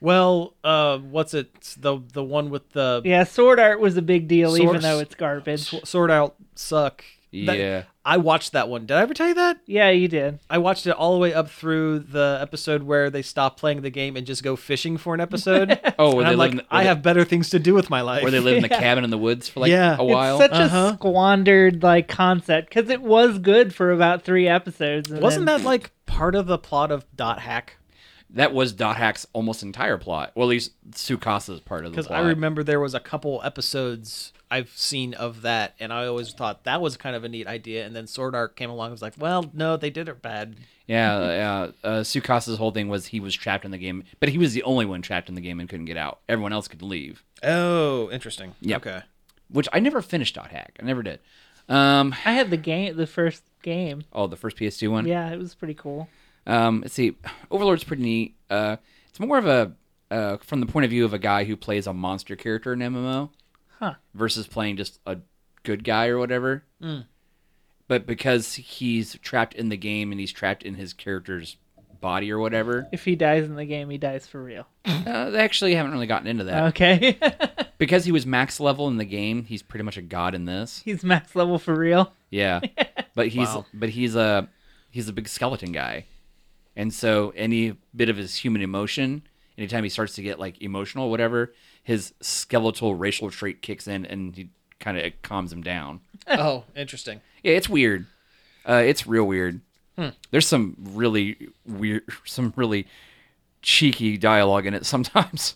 Speaker 3: well, uh, what's it? The the one with the
Speaker 2: Yeah, sword art was a big deal, even
Speaker 3: Sword-
Speaker 2: though it's garbage.
Speaker 3: sw- sword out suck. That-
Speaker 4: yeah,
Speaker 3: I watched that one. Did I ever tell you that?
Speaker 2: yeah, you did.
Speaker 3: I watched it all the way up through the episode where they stop playing the game and just go fishing for an <laughs> episode.
Speaker 4: Oh, where
Speaker 3: and
Speaker 4: they
Speaker 3: I'm
Speaker 4: live
Speaker 3: like,
Speaker 4: in the- where
Speaker 3: I
Speaker 4: they-
Speaker 3: have better things to do with my life.
Speaker 4: where
Speaker 3: <laughs>
Speaker 4: they live in the cabin in the woods for like
Speaker 3: Yeah.
Speaker 4: a while.
Speaker 2: It's such a
Speaker 3: Uh-huh.
Speaker 2: squandered like concept because it was good for about three episodes. and
Speaker 3: Wasn't
Speaker 2: then-
Speaker 3: that like part of the plot of Dot Hack?
Speaker 4: that was Dot Hack's almost entire plot. Well, at least Tsukasa's part of the
Speaker 3: Because
Speaker 4: plot.
Speaker 3: I remember there was a couple episodes I've seen of that, and I always thought that was kind of a neat idea. And then Sword Art came along, and was like, well, no, they did it bad. <laughs>
Speaker 4: Yeah, yeah. Uh, Tsukasa's whole thing was he was trapped in the game, but he was the only one trapped in the game and couldn't get out. Everyone else could leave.
Speaker 3: Oh, interesting.
Speaker 4: Yep.
Speaker 3: Okay.
Speaker 4: Which I never finished Dot Hack. I never did. Um,
Speaker 2: I had the game, the first game.
Speaker 4: oh, the first PS2 one.
Speaker 2: Yeah, it was pretty cool.
Speaker 4: Um, let's see. Overlord's pretty neat. Uh, it's more of a uh, from the point of view of a guy who plays a monster character in MMO,
Speaker 2: Huh.
Speaker 4: versus playing just a good guy or whatever. But because he's trapped in the game and he's trapped in his character's body or whatever,
Speaker 2: If he dies in the game, he dies for real.
Speaker 4: uh, they actually haven't really gotten into
Speaker 2: Uh.
Speaker 4: that.
Speaker 2: Okay, <laughs>
Speaker 4: because he was max level in the game, he's pretty much a god in this.
Speaker 2: he's max level for real.
Speaker 4: Yeah, but he's
Speaker 3: Wow.
Speaker 4: but he's a he's a big skeleton guy, and so any bit of his human emotion, anytime he starts to get like emotional, or whatever, his skeletal racial trait kicks in, and he kind of calms him down.
Speaker 3: oh, interesting.
Speaker 4: Yeah, it's weird. Uh, it's real weird. There's some really weird, some really cheeky dialogue in it sometimes,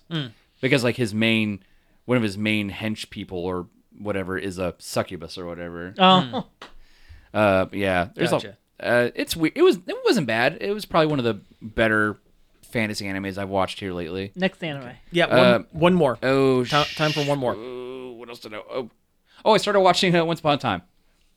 Speaker 4: because like his main, one of his main hench people or whatever is a succubus or whatever.
Speaker 2: Oh,
Speaker 3: Hmm.
Speaker 4: Uh, yeah, there's
Speaker 3: Gotcha.
Speaker 4: a. Uh, it's weird. It was. It wasn't bad. It was probably one of the better fantasy animes I've watched here lately.
Speaker 2: Next anime.
Speaker 3: Yeah, one,
Speaker 4: Uh,
Speaker 3: one more.
Speaker 4: Oh,
Speaker 3: Ti-
Speaker 4: sh-
Speaker 3: time for one more.
Speaker 4: oh, what else did I? Oh, oh, I started watching uh, Once Upon a Time.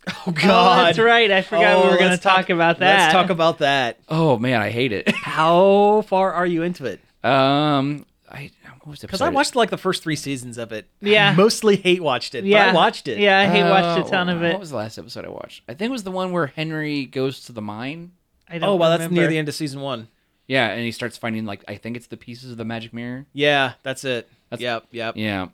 Speaker 3: Oh
Speaker 2: Oh, that's right. I forgot we were going to talk, about that.
Speaker 3: Let's Oh, talk about that.
Speaker 4: Oh man, I hate it. <laughs>
Speaker 3: How far are you into it?
Speaker 4: um, I what was the
Speaker 3: Because I watched like the first three seasons of it.
Speaker 2: Yeah.
Speaker 3: mostly hate watched it.
Speaker 2: Yeah,
Speaker 3: but I watched it.
Speaker 2: Yeah, he
Speaker 4: Uh,
Speaker 2: watched a ton of
Speaker 4: What
Speaker 2: it.
Speaker 4: was the last episode I watched? I think it was the one where Henry goes to the mine.
Speaker 2: I don't
Speaker 3: Oh well, that's
Speaker 2: remember.
Speaker 3: near the end of season one.
Speaker 4: Yeah, and he starts finding like I think it's the pieces of the magic mirror.
Speaker 3: Yeah, that's it.
Speaker 4: That's-
Speaker 3: yep, yep.
Speaker 4: Yeah.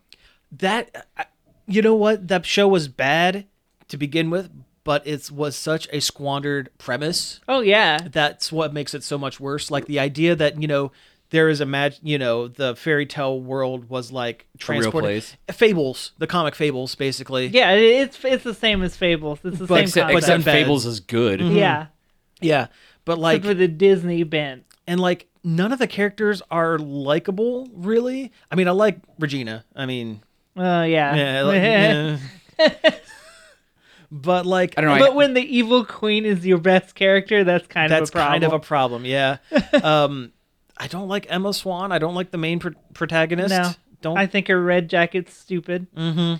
Speaker 3: That, I- you know what? That show was bad to begin with, but it was such a squandered premise.
Speaker 2: Oh yeah.
Speaker 3: That's what makes it so much worse. Like the idea that you know there is a mag, you know, the fairy tale world was like transported
Speaker 4: place.
Speaker 3: fables, the comic fables, basically.
Speaker 2: Yeah, it- it's it's the same as Fables. It's the
Speaker 3: But
Speaker 2: same
Speaker 4: Except,
Speaker 2: concept.
Speaker 4: except
Speaker 3: bad. Mm-hmm.
Speaker 4: Fables is good.
Speaker 2: yeah,
Speaker 3: yeah. But like
Speaker 2: except with a Disney bent.
Speaker 3: and like none of the characters are likable really i mean i like regina i mean
Speaker 2: Oh yeah.
Speaker 3: yeah, I
Speaker 2: <laughs>
Speaker 3: like- yeah. but like
Speaker 4: I don't know. I-
Speaker 2: but when the evil queen is your best character, that's kind
Speaker 3: that's
Speaker 2: of a problem.
Speaker 3: kind of a problem yeah
Speaker 2: <laughs>
Speaker 3: um i don't like emma swan i don't like the main pr- protagonist
Speaker 2: No.
Speaker 3: don't Mm.
Speaker 2: I think her red jacket's stupid.
Speaker 3: uh,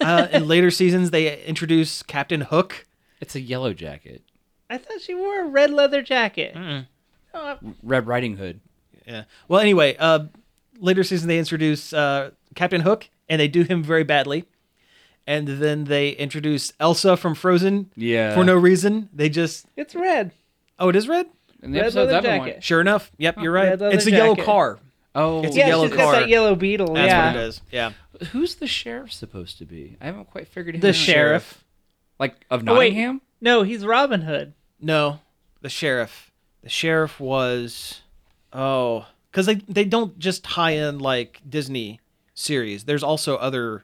Speaker 2: <laughs>
Speaker 3: in later seasons they introduce captain hook
Speaker 4: It's a yellow jacket.
Speaker 2: I thought she wore a red leather jacket. Oh,
Speaker 4: Red Riding Hood.
Speaker 3: yeah well anyway uh later season they introduce uh captain hook and they do him very badly and then they introduce elsa from frozen
Speaker 4: Yeah.
Speaker 3: for no reason they just
Speaker 2: it's red.
Speaker 3: oh it is red
Speaker 4: And the
Speaker 2: Red
Speaker 4: episode
Speaker 2: leather
Speaker 4: that one.
Speaker 2: jacket.
Speaker 3: Sure enough. Yep,
Speaker 2: Oh,
Speaker 3: you're right.
Speaker 2: leather
Speaker 3: It's a yellow
Speaker 2: jacket.
Speaker 3: car.
Speaker 4: Oh,
Speaker 3: It's a
Speaker 2: Yeah,
Speaker 3: yellow
Speaker 2: she's got
Speaker 3: car.
Speaker 2: that yellow beetle.
Speaker 3: That's
Speaker 2: yeah.
Speaker 3: what it is. Yeah.
Speaker 4: Who's the sheriff supposed to be? I haven't quite figured him
Speaker 2: The
Speaker 4: out.
Speaker 2: sheriff.
Speaker 4: Like of
Speaker 2: Oh, wait.
Speaker 4: Nottingham?
Speaker 2: No, he's Robin Hood.
Speaker 3: No, the sheriff. The sheriff was oh, because they they don't just tie in like Disney series. There's also other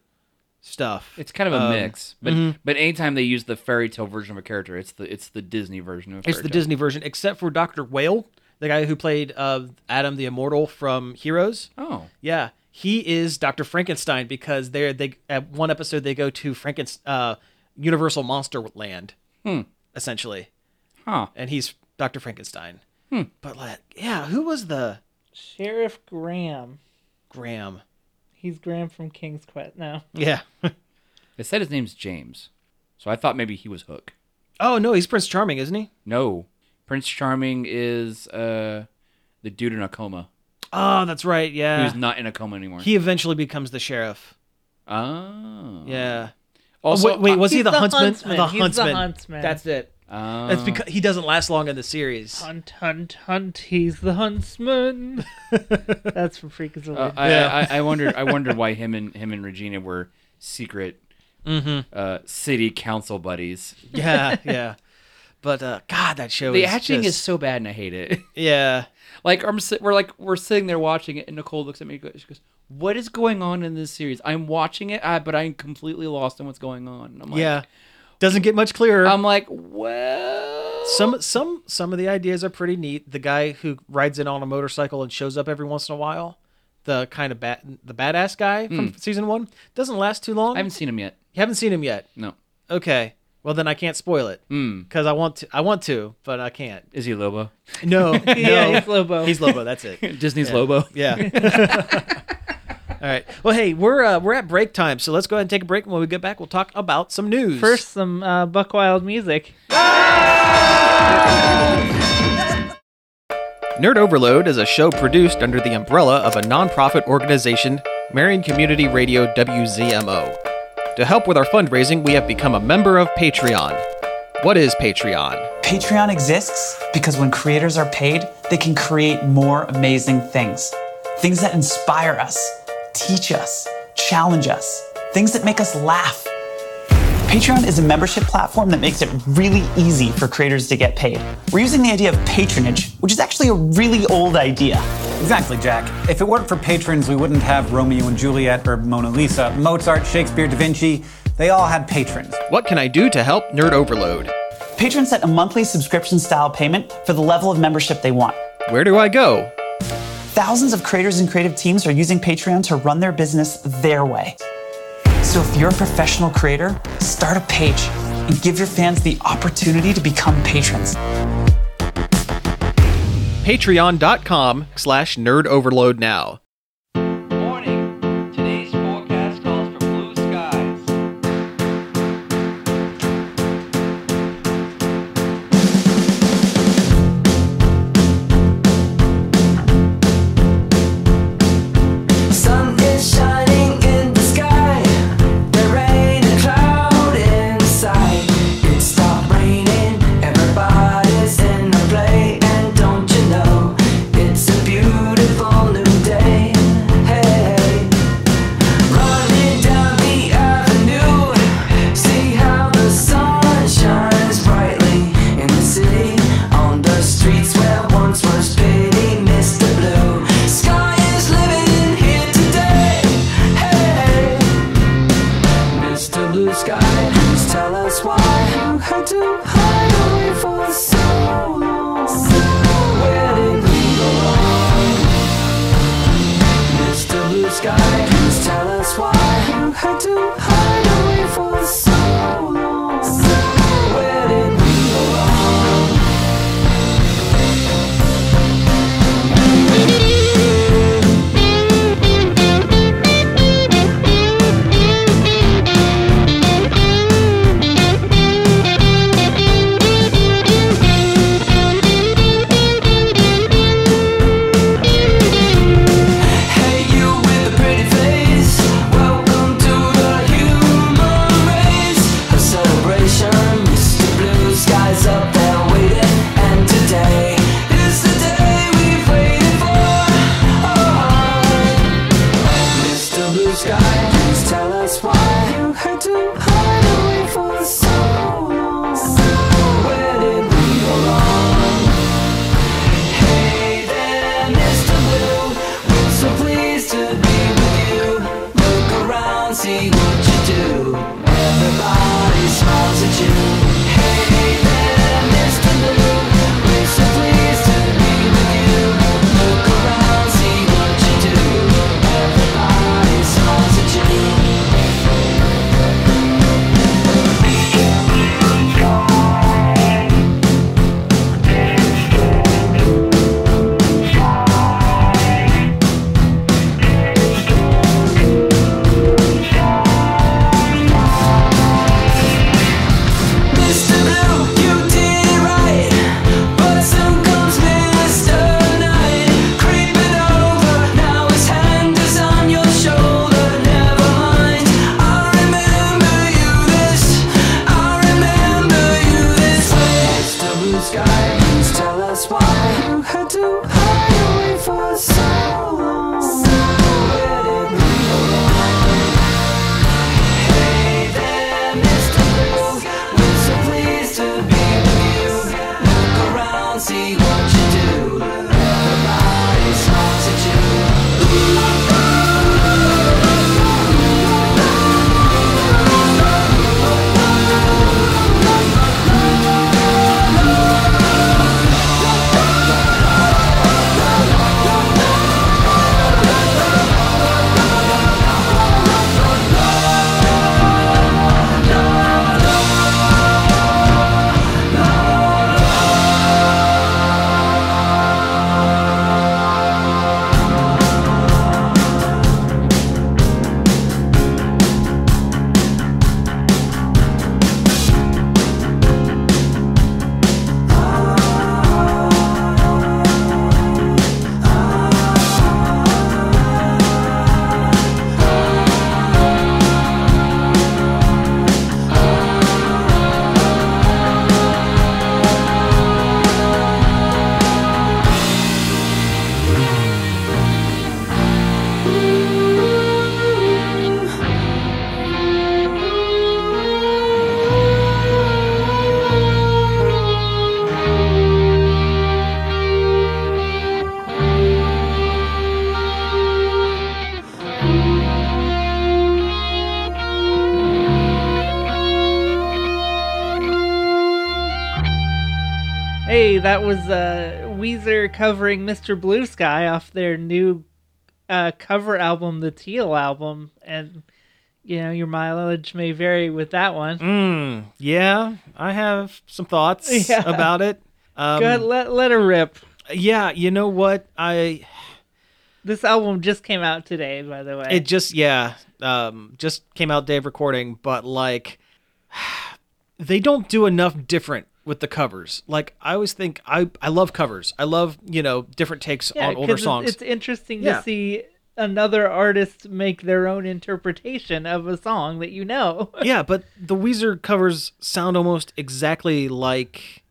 Speaker 3: stuff.
Speaker 4: It's kind of a
Speaker 3: Um,
Speaker 4: mix. But but anytime they use the fairy tale version of a character, it's the it's the Disney version of a
Speaker 3: It's
Speaker 4: fairy
Speaker 3: the
Speaker 4: tale.
Speaker 3: Disney version, except for Doctor Whale, the guy who played uh, Adam the Immortal from Heroes.
Speaker 4: Oh.
Speaker 3: Yeah, he is Doctor Frankenstein because they're they at one episode they go to Frankenstein uh, Universal Monster Land,
Speaker 4: Hmm.
Speaker 3: essentially.
Speaker 4: Huh.
Speaker 3: and he's Dr. Frankenstein.
Speaker 4: Hmm.
Speaker 3: But like, yeah, who was the
Speaker 2: Sheriff Graham.
Speaker 3: Graham?
Speaker 2: He's Graham from King's Quest. No.
Speaker 3: Yeah. <laughs>
Speaker 4: They said his name's James. So I thought maybe he was Hook.
Speaker 3: oh no, he's Prince Charming, isn't he?
Speaker 4: No. Prince Charming is uh the dude in a coma.
Speaker 3: Oh, that's right. Yeah.
Speaker 4: who's not in a coma anymore.
Speaker 3: He eventually becomes the sheriff.
Speaker 4: oh. Uh,
Speaker 3: Yeah. Oh,
Speaker 4: Also,
Speaker 3: wait, wait, was he
Speaker 2: He's
Speaker 3: the, huntsman? The
Speaker 2: He's
Speaker 3: huntsman.
Speaker 2: the huntsman.
Speaker 3: That's it. Uh.
Speaker 4: Oh.
Speaker 3: That's because he doesn't last long in the series.
Speaker 2: Hunt, hunt, hunt! He's
Speaker 3: <laughs>
Speaker 2: the huntsman. That's from Freakazoid.
Speaker 4: Uh, I,
Speaker 3: Yeah.
Speaker 4: I, I wondered. I wondered why him and him and Regina were secret
Speaker 3: Mm-hmm.
Speaker 4: uh, city council buddies.
Speaker 3: <laughs> yeah, yeah. But uh, God, that show
Speaker 4: The
Speaker 3: is
Speaker 4: acting
Speaker 3: just-
Speaker 4: is so bad, and I hate it. <laughs>
Speaker 3: yeah.
Speaker 4: like I'm, si- we're like we're sitting there watching it, and Nicole looks at me. and goes- She goes, "What is going on in this series? I'm watching it, uh, but I'm completely lost in what's going on." And I'm like, Um,
Speaker 3: yeah. Doesn't get much clearer.
Speaker 4: I'm like, well,
Speaker 3: some some some of the ideas are pretty neat. The guy who rides in on a motorcycle and shows up every once in a while, the kind of bat the badass guy from
Speaker 4: Hmm.
Speaker 3: season one doesn't last too long.
Speaker 4: I haven't seen him yet.
Speaker 3: you haven't seen him yet.
Speaker 4: No,
Speaker 3: Okay, well then I can't spoil it because I want to. I want to, but I <laughs> can't.
Speaker 4: is he Lobo? <laughs>
Speaker 3: No, no,
Speaker 2: yeah, he's Lobo.
Speaker 3: he's Lobo. That's <laughs> it.
Speaker 4: Disney's Lobo.
Speaker 3: Yeah. <laughs> All right. Well, hey, we're uh, we're at break time, so let's go ahead and take a break. And when we get back, we'll talk about some news.
Speaker 2: First, some uh, Buckwild music.
Speaker 3: Nerd Overload is a show produced under the umbrella of a nonprofit organization, Marion Community Radio WZMO. To help with our fundraising, we have become a member of Patreon. What is Patreon?
Speaker 5: Patreon exists because when creators are paid, they can create more amazing things. Things that inspire us, teach us, challenge us, things that make us laugh. Patreon is a membership platform that makes it really easy for creators to get paid. We're using the idea of patronage, which is actually a really old idea.
Speaker 6: Exactly, Jack. If it weren't for patrons, we wouldn't have Romeo and Juliet or Mona Lisa, Mozart, Shakespeare, Da Vinci. They all had patrons.
Speaker 3: What can I do to help Nerd Overload?
Speaker 5: Patrons set a monthly subscription style payment for the level of membership they want.
Speaker 3: Where do I go?
Speaker 5: Thousands of creators and creative teams are using Patreon to run their business their way. So if you're a professional creator, start a page and give your fans the opportunity to become patrons.
Speaker 3: patreon.com slash nerdoverload now.
Speaker 7: Warning, today's forecast calls for blue skies.
Speaker 8: Sun is shining in the sky. There ain't a cloud in sight. It stopped raining. Everybody's in a play, and don't you know it's a beautiful new day? Hey. Running down the avenue, see how the sun shines brightly in the city on the streets where once was pity, Mr. Blue. Sky is living here today. Hey, Mr. Blue Sky, please tell us why you had to hide away for so long. Where did we go wrong? Mr. Blue Sky, please tell us why you had to hide away for so long. Where did we go wrong? Hey you with the pretty face, welcome to the human race. A celebration, Mr. Blue Sky's up there waiting, and today is the day we've waited for. Mr. Blue Sky, please tell us why you had to hide away for so long. Where did we go wrong? Hey there, Mr. Blue. We're so pleased to be with you. Look around, see what you do. Everybody smiles at you. Hey there, Mr. Blue. We're so pleased to be with you. Look around, see what you do. Everybody smiles at you. Mr. Blue, you did it right, but soon comes Mr. Knight creeping over. Now his hand is on your shoulder. Never mind, I remember you this. I remember you this way. Mr. Blue Sky, please tell us why you had to hide away for so long. Where did we go wrong? Hey there, Mr. Blue. We're so pleased to be with you. Look around, see what you do. Everybody smiles at you.
Speaker 2: Hey, that was uh, Weezer covering Mr. Blue Sky off their new uh, cover album, the Teal album, and you know your mileage may vary with that one.
Speaker 3: Mm. Yeah, I have some thoughts
Speaker 2: <laughs> Yeah.
Speaker 3: about it. Um,
Speaker 2: Go ahead, let let her rip.
Speaker 3: yeah, you know what? I
Speaker 2: This album just came out today, by the way.
Speaker 3: it just yeah um just came out day of recording but like <sighs> they don't do enough different with the covers like i always think i i love covers i love you know different takes
Speaker 2: Yeah,
Speaker 3: on
Speaker 2: 'cause
Speaker 3: older
Speaker 2: it's-
Speaker 3: songs
Speaker 2: It's interesting
Speaker 3: Yeah.
Speaker 2: to see another artist make their own interpretation of a song that you know. <laughs>
Speaker 3: yeah but the weezer covers sound almost exactly like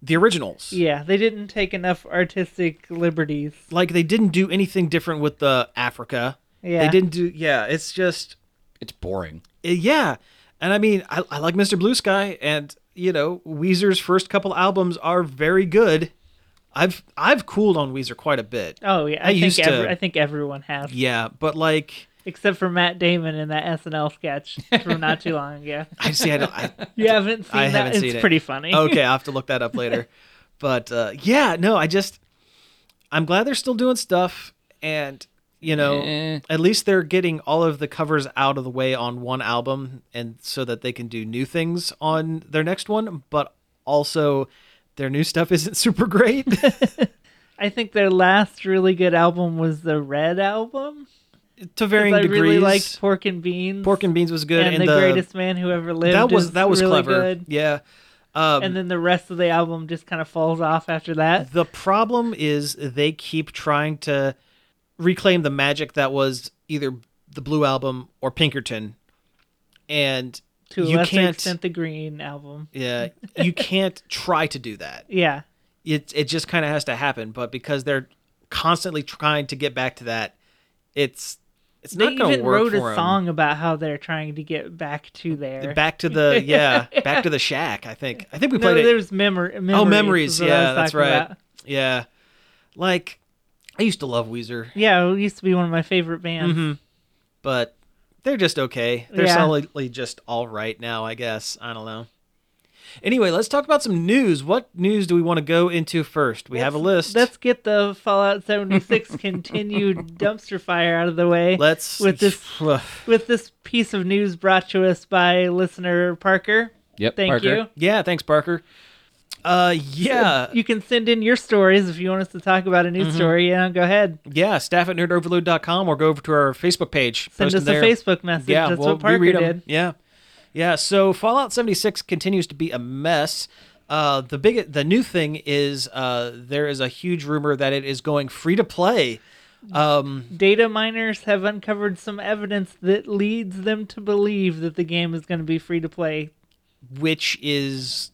Speaker 3: the originals
Speaker 2: yeah, they didn't take enough artistic liberties.
Speaker 3: like they didn't do anything different with the africa they
Speaker 2: Yeah.
Speaker 3: didn't do yeah it's just
Speaker 4: It's boring.
Speaker 3: Uh, yeah and i mean I, I like mr blue sky and you know weezer's first couple albums are very good i've i've cooled on weezer quite a bit
Speaker 2: Oh yeah,
Speaker 3: I
Speaker 2: I,
Speaker 3: used
Speaker 2: think
Speaker 3: to-
Speaker 2: every, I think everyone has,
Speaker 3: yeah but like
Speaker 2: except for Matt Damon in that SNL sketch from not too
Speaker 3: <laughs>
Speaker 2: long ago.
Speaker 3: i see i don't I,
Speaker 2: You haven't seen
Speaker 3: I
Speaker 2: that?
Speaker 3: haven't
Speaker 2: it's
Speaker 3: seen it. Oh,
Speaker 2: pretty funny.
Speaker 3: okay i'll have to look that up later but uh yeah no i just i'm glad they're still doing stuff and you know
Speaker 4: Eh.
Speaker 3: at least they're getting all of the covers out of the way on one album and so that they can do new things on their next one but also their new stuff isn't <laughs> super great
Speaker 2: <laughs> I think their last really good album was the Red album.
Speaker 3: to
Speaker 2: 'cause
Speaker 3: varying
Speaker 2: I
Speaker 3: degrees.
Speaker 2: really liked Pork and Beans.
Speaker 3: Pork and Beans was good, and,
Speaker 2: and the,
Speaker 3: the-
Speaker 2: greatest man who ever lived.
Speaker 3: that was
Speaker 2: is
Speaker 3: that was
Speaker 2: really
Speaker 3: clever.
Speaker 2: Good.
Speaker 3: Yeah.
Speaker 2: and then the rest of the album just kind of falls off after that.
Speaker 3: The problem is they keep trying to reclaim the magic that was either the Blue Album or Pinkerton, and
Speaker 2: To a
Speaker 3: you
Speaker 2: lesser
Speaker 3: can't.
Speaker 2: extent, the Green album.
Speaker 3: <laughs> Yeah, you can't try to do that.
Speaker 2: Yeah,
Speaker 3: It it just kind of has to happen. But because they're constantly trying to get back to that, it's it's
Speaker 2: they
Speaker 3: not going
Speaker 2: even
Speaker 3: to work
Speaker 2: wrote
Speaker 3: for
Speaker 2: a
Speaker 3: 'em.
Speaker 2: song about how they're trying to get back to there.
Speaker 3: Back to
Speaker 2: <laughs>
Speaker 3: the yeah, back to the shack. I think I think we
Speaker 2: no,
Speaker 3: played it.
Speaker 2: there's memory. memories.
Speaker 3: Oh, memories.
Speaker 2: is what I
Speaker 3: Yeah,
Speaker 2: was
Speaker 3: that's
Speaker 2: talking
Speaker 3: right.
Speaker 2: about.
Speaker 3: Yeah. Like, I used to love Weezer,
Speaker 2: Yeah, it used to be one of my favorite bands.
Speaker 3: Mm-hmm. but they're just okay. They're
Speaker 2: Yeah.
Speaker 3: solidly just all right now, I guess. I don't know. Anyway, let's talk about some news. What news do we want to go into first? We have a list.
Speaker 2: Let's get the
Speaker 3: <laughs>
Speaker 2: Fallout 76 continued dumpster fire out of the way.
Speaker 3: Let's
Speaker 2: with this with this piece of news brought to us by listener Parker.
Speaker 4: Yep,
Speaker 2: Thank
Speaker 4: Parker.
Speaker 2: you.
Speaker 3: <sighs> Yeah, thanks, Parker. Uh, yeah, Mm-hmm.
Speaker 2: You can send in your stories if you want us to talk about a news story. Yeah, go ahead.
Speaker 3: yeah. Staff at nerdoverload.com or go over to our Facebook page.
Speaker 2: Send
Speaker 3: Post
Speaker 2: us
Speaker 3: them
Speaker 2: a
Speaker 3: there.
Speaker 2: Facebook message. That's
Speaker 3: we'll
Speaker 2: what Parker
Speaker 3: reread 'em.
Speaker 2: did.
Speaker 3: Yeah, yeah. So Fallout 76 continues to be a mess. Uh, the big, the new thing is uh, there is a huge rumor that it is going free to play.
Speaker 2: Data miners have uncovered some evidence that leads them to believe that the game is going to be free to play.
Speaker 3: which is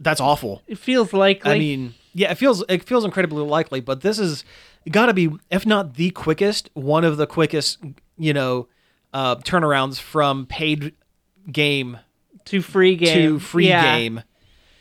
Speaker 3: that's awful.
Speaker 2: It feels likely.
Speaker 3: I mean, yeah, it feels it feels incredibly likely, but this is got to be if not the quickest, one of the quickest, you know, uh, turnarounds from paid game
Speaker 2: to free
Speaker 3: to
Speaker 2: game.
Speaker 3: free
Speaker 2: yeah.
Speaker 3: game.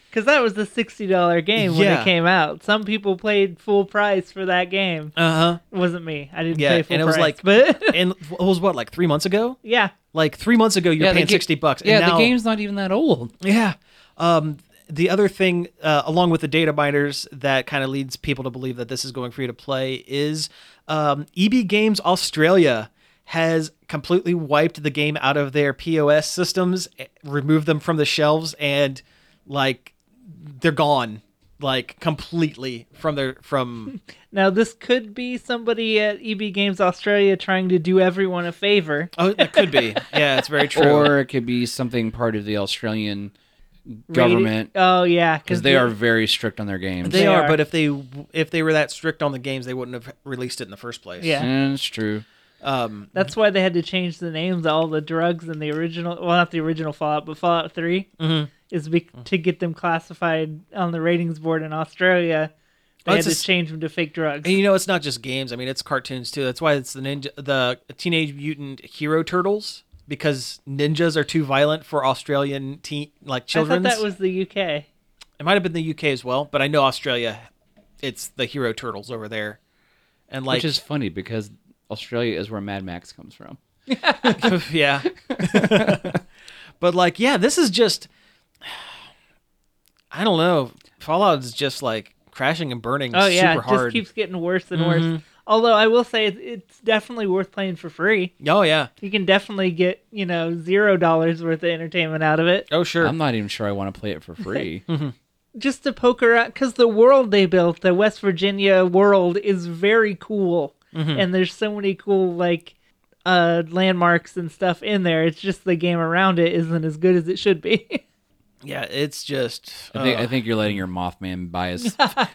Speaker 2: Because that was the $60 game when
Speaker 3: Yeah.
Speaker 2: it came out. Some people played full price for that game.
Speaker 3: Uh huh.
Speaker 4: Uh-huh.
Speaker 2: It wasn't me. I didn't
Speaker 3: Yeah,
Speaker 2: pay full
Speaker 3: and it was like-
Speaker 2: price, but
Speaker 4: <laughs>
Speaker 3: And it was what like three months ago?
Speaker 2: yeah.
Speaker 3: Like three months ago, you're
Speaker 4: Yeah, the
Speaker 3: paying
Speaker 4: ga-
Speaker 3: sixty bucks.
Speaker 4: Yeah,
Speaker 3: and now,
Speaker 4: the game's not even that old.
Speaker 3: Yeah. Um, the other thing, uh, along with the data miners, that kind of leads people to believe that this is going free to play is um, EB Games Australia has completely wiped the game out of their POS systems, eh, removed them from the shelves, and like they're gone, like completely from their from. <laughs>
Speaker 2: Now, this could be somebody at EB Games Australia trying to do everyone a favor.
Speaker 3: Oh, that could be. Yeah, it's very true.
Speaker 4: Or it could be something part of the Australian government
Speaker 2: oh, yeah.
Speaker 4: because they are very strict on their games.
Speaker 3: Uh, they,
Speaker 2: They
Speaker 3: are,
Speaker 2: are.
Speaker 3: but if they if they were that strict on the games, they wouldn't have released it in the first place.
Speaker 2: Yeah.
Speaker 4: Yeah, it's true.
Speaker 2: That's why they had to change the names of all the drugs in the original. Well, not the original Fallout, but Fallout 3
Speaker 3: Mm-hmm.
Speaker 2: is be- to get them classified on the ratings board in Australia. They
Speaker 3: Oh,
Speaker 2: had
Speaker 3: it's
Speaker 2: to
Speaker 3: a s-
Speaker 2: change them to fake drugs.
Speaker 3: And you know, it's not just games. I mean, it's cartoons too. That's why it's the ninja, the Teenage Mutant Hero Turtles, because ninjas are too violent for Australian teen like
Speaker 2: I thought
Speaker 3: children.
Speaker 2: that was the UK.
Speaker 3: It might have been the UK as well, but I know Australia, it's the Hero Turtles over there, and like
Speaker 4: Which is funny because Australia is where Mad Max comes from.
Speaker 3: <laughs>
Speaker 2: <laughs>
Speaker 3: yeah. but like, yeah, this is just. I don't know. Fallout is just like crashing and burning
Speaker 2: Oh yeah,
Speaker 3: super
Speaker 2: it
Speaker 3: hard. Mm-hmm.
Speaker 2: just keeps getting worse and worse. Although I will say it- it's definitely worth playing for free.
Speaker 3: oh yeah.
Speaker 2: You can definitely get you know zero dollars worth of entertainment out of it.
Speaker 3: Oh sure. <laughs>
Speaker 4: I'm not even sure I want to play it for free.
Speaker 2: just to poker at because the world they built, the West Virginia world, is very cool, and there's so many cool like uh landmarks and stuff in there. It's just the game around it isn't as good as it should be. <laughs>
Speaker 3: Yeah, it's just uh,
Speaker 4: I think, I think you're letting your
Speaker 3: <laughs>
Speaker 4: Mothman bias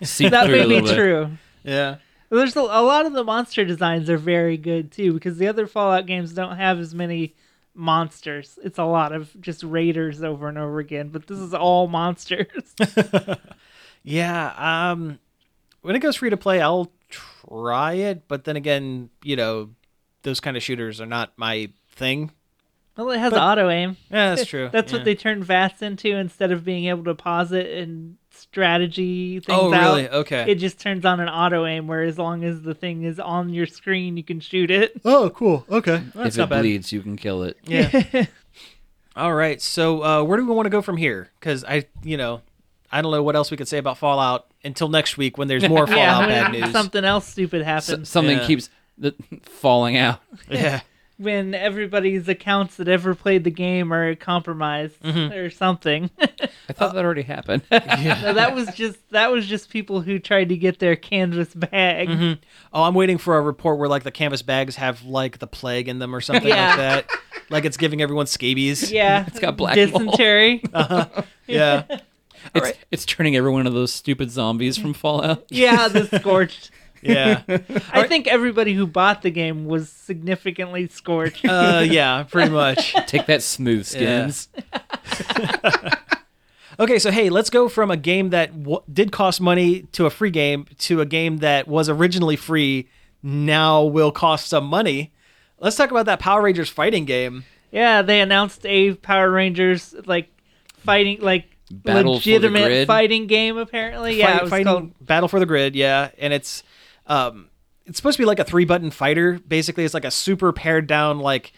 Speaker 4: seep
Speaker 2: that
Speaker 4: through
Speaker 2: may
Speaker 4: a
Speaker 2: be
Speaker 4: little bit.
Speaker 2: true.
Speaker 3: yeah.
Speaker 2: There's a, a lot of the monster designs are very good too because the other Fallout games don't have as many monsters. It's a lot of just raiders over and over again, but this is all monsters. <laughs>
Speaker 3: Yeah, um when it goes free to play, I'll try it, but then again, you know, those kind of shooters are not my thing.
Speaker 2: well, it has auto aim.
Speaker 3: Yeah, that's true.
Speaker 2: Eh, That's
Speaker 3: Yeah.
Speaker 2: what they turned Vats into instead of being able to pause it and strategy things
Speaker 3: Oh,
Speaker 2: out.
Speaker 3: really? Okay.
Speaker 2: It just turns on an auto aim where as long as the thing is on your screen, you can shoot it.
Speaker 3: Oh, cool. Okay. That's
Speaker 4: If
Speaker 3: not
Speaker 4: it
Speaker 3: bad.
Speaker 4: bleeds, you can kill it.
Speaker 3: Yeah. All right. So, uh, where do we want to go from here? Because I, you know, I don't know what else we could say about Fallout until next week when there's
Speaker 2: <laughs>
Speaker 3: more Fallout
Speaker 2: when
Speaker 3: bad news.
Speaker 2: Something else stupid
Speaker 4: S-
Speaker 2: happens
Speaker 4: something
Speaker 3: Yeah.
Speaker 4: keeps the, <laughs> falling out.
Speaker 3: Yeah.
Speaker 2: when everybody's accounts that ever played the game are compromised or something. <laughs>
Speaker 4: I thought that
Speaker 3: <laughs>
Speaker 4: already happened.
Speaker 2: No, that was just that was just people who tried to get their canvas bag.
Speaker 3: Oh, I'm waiting for a report where like the canvas bags have like the plague in them or something
Speaker 2: Yeah.
Speaker 3: like that. Like it's giving everyone
Speaker 2: <laughs>
Speaker 3: scabies.
Speaker 2: <laughs> Yeah,
Speaker 4: It's got black mold.
Speaker 2: dysentery.
Speaker 3: Yeah.
Speaker 4: it's, it's turning every one of those stupid zombies
Speaker 3: <laughs>
Speaker 4: from Fallout.
Speaker 2: yeah, the scorched.
Speaker 3: Yeah.
Speaker 2: <laughs> I think everybody who bought the game was significantly scorched.
Speaker 3: Uh, yeah. Pretty much.
Speaker 4: Take that, smooth skins.
Speaker 3: Okay, so hey, let's go from a game that w- did cost money to a free game to a game that was originally free, now will cost some money. Let's talk about that Power Rangers fighting game.
Speaker 2: yeah, they announced a Power Rangers like fighting like
Speaker 4: Battle for the
Speaker 2: legitimate
Speaker 4: grid?
Speaker 2: fighting game. Apparently, yeah,
Speaker 3: Fight-
Speaker 2: it was
Speaker 3: fighting
Speaker 2: called
Speaker 3: Battle for the Grid, yeah, and it's um it's supposed to be like a three-button fighter. Basically, it's like a super pared down like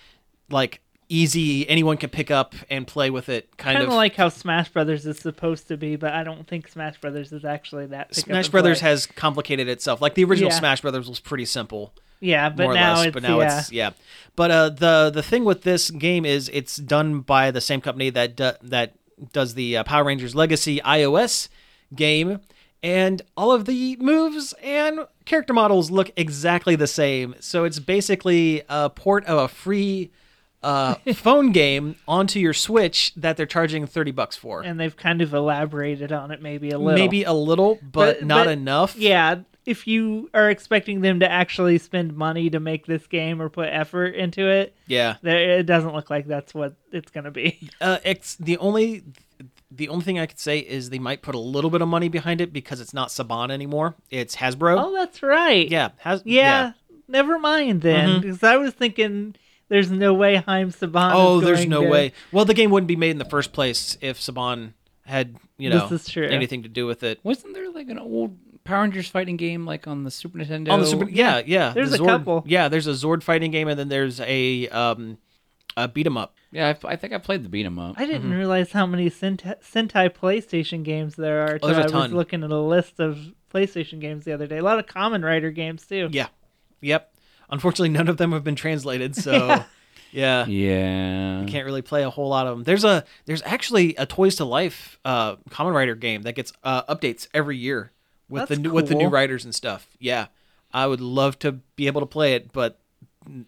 Speaker 3: like easy anyone can pick up and play with it kind,
Speaker 2: kind of like how Smash Brothers is supposed to be, but I don't think Smash Brothers is actually that. pick up
Speaker 3: Smash
Speaker 2: and
Speaker 3: Brothers
Speaker 2: play.
Speaker 3: has complicated itself. Like the original
Speaker 2: Yeah.
Speaker 3: Smash Brothers was pretty simple.
Speaker 2: yeah, but
Speaker 3: more
Speaker 2: now
Speaker 3: or less.
Speaker 2: it's
Speaker 3: but now
Speaker 2: yeah.
Speaker 3: it's yeah. But uh, the the thing with this game is it's done by the same company that do, that does the uh, Power Rangers Legacy iOS game, and all of the moves and character models look exactly the same. So it's basically a port of a free.
Speaker 2: <laughs>
Speaker 3: Uh, phone game onto your Switch that they're charging thirty bucks for.
Speaker 2: and they've kind of elaborated on it maybe a little.
Speaker 3: Maybe a little, but, not
Speaker 2: but-
Speaker 3: enough.
Speaker 2: Yeah, if you are expecting them to actually spend money to make this game or put effort into it,
Speaker 3: yeah.
Speaker 2: there, it doesn't look like that's what it's going to be. <laughs>
Speaker 3: Uh, it's the only the only thing I could say is they might put a little bit of money behind it because it's not Saban anymore. It's Hasbro.
Speaker 2: Oh, that's right.
Speaker 3: Yeah, has
Speaker 2: Yeah. Never mind then,
Speaker 3: Mm-hmm.
Speaker 2: because I was thinking there's no way Haim Saban.
Speaker 3: Oh,
Speaker 2: is
Speaker 3: there's
Speaker 2: going
Speaker 3: no
Speaker 2: to-
Speaker 3: way. Well, the game wouldn't be made in the first place if Saban had you know
Speaker 2: This is true.
Speaker 3: anything to do with it.
Speaker 4: Wasn't there like an old Power Rangers fighting game like on the Super Nintendo?
Speaker 3: On the Super, yeah, yeah.
Speaker 2: There's
Speaker 3: the
Speaker 2: a
Speaker 3: Zord-
Speaker 2: couple.
Speaker 3: Yeah, there's a Zord fighting game, and then there's a um, a beat 'em up.
Speaker 4: Yeah, I, I think I played the beat 'em up.
Speaker 2: I didn't
Speaker 3: Mm-hmm.
Speaker 2: realize how many Sentai, Sentai PlayStation games there are.
Speaker 3: Oh,
Speaker 2: till
Speaker 3: there's a
Speaker 2: I was
Speaker 3: ton.
Speaker 2: looking at a list of PlayStation games the other day. A lot of Common Rider games too.
Speaker 3: Yeah, yep. Unfortunately, none of them have been translated, so
Speaker 2: <laughs>
Speaker 3: yeah.
Speaker 4: Yeah.
Speaker 3: can't really play a whole lot of them. There's a there's actually a Toys to Life uh common writer game that gets uh, updates every year with the
Speaker 2: That's
Speaker 3: new, with the new
Speaker 2: cool.
Speaker 3: writers and stuff. Yeah. I would love to be able to play it, but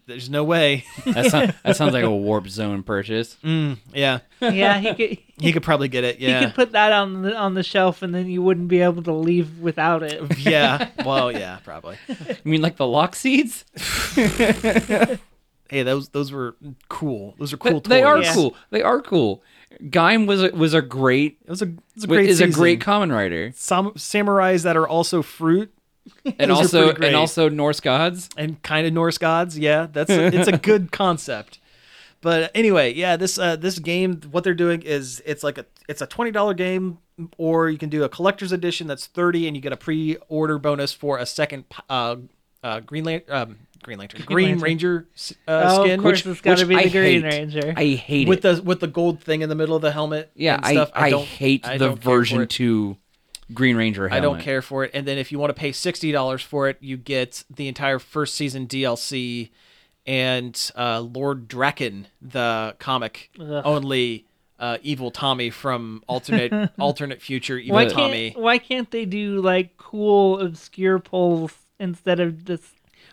Speaker 3: there's no way. <laughs>
Speaker 4: That, sound, that sounds like a warp zone purchase.
Speaker 3: Mm. yeah.
Speaker 2: <laughs> yeah, he could.
Speaker 3: He could probably
Speaker 4: <laughs>
Speaker 3: get it.
Speaker 2: You
Speaker 3: Yeah.
Speaker 2: could put that on the on the shelf, and then you wouldn't be able to leave without
Speaker 3: <laughs>
Speaker 2: it.
Speaker 3: yeah. Well, yeah, probably.
Speaker 4: You mean like the lock seeds?
Speaker 3: Hey, those those were cool. Those are cool toys.
Speaker 4: They are
Speaker 2: Yeah.
Speaker 4: cool. They are cool. Gaim was a, was a great
Speaker 3: It was a, it's a
Speaker 4: wa-
Speaker 3: great
Speaker 4: is a
Speaker 3: season.
Speaker 4: great common writer,
Speaker 3: Sam- samurais that are also
Speaker 4: <laughs>
Speaker 3: fruit Those
Speaker 4: and
Speaker 3: are
Speaker 4: also
Speaker 3: pretty great.
Speaker 4: and also Norse gods.
Speaker 3: and kind of Norse gods. Yeah,
Speaker 4: <laughs>
Speaker 3: that's it's a good concept. But anyway, yeah, this uh, this game, what they're doing is it's like a it's a twenty dollar game, or you can do a collector's edition that's thirty, and you get a pre order bonus for a second uh, uh, Green Lan- um, Green Lantern Green
Speaker 2: Lantern.
Speaker 3: Ranger s- uh,
Speaker 2: oh,
Speaker 3: skin,
Speaker 2: of course,
Speaker 3: which-
Speaker 2: it's got to
Speaker 4: which
Speaker 2: be the
Speaker 4: I
Speaker 2: Green
Speaker 4: hate.
Speaker 2: Ranger.
Speaker 4: I hate
Speaker 3: with
Speaker 4: it.
Speaker 3: the with the gold thing in the middle of the helmet.
Speaker 4: yeah,
Speaker 3: and
Speaker 4: I,
Speaker 3: stuff.
Speaker 4: I,
Speaker 3: don't
Speaker 4: hate
Speaker 3: I
Speaker 4: the
Speaker 3: don't care for
Speaker 4: version
Speaker 3: it.
Speaker 4: two Green Ranger.
Speaker 3: I
Speaker 4: Helmet.
Speaker 3: don't care for it. And then if you want to pay sixty dollars for it, you get the entire first season DLC and uh, Lord Draken, the comic only uh, evil Tommy from
Speaker 2: <laughs>
Speaker 3: alternate alternate future evil
Speaker 2: Why
Speaker 3: Tommy.
Speaker 2: can't Why can't they do like cool obscure polls instead of this?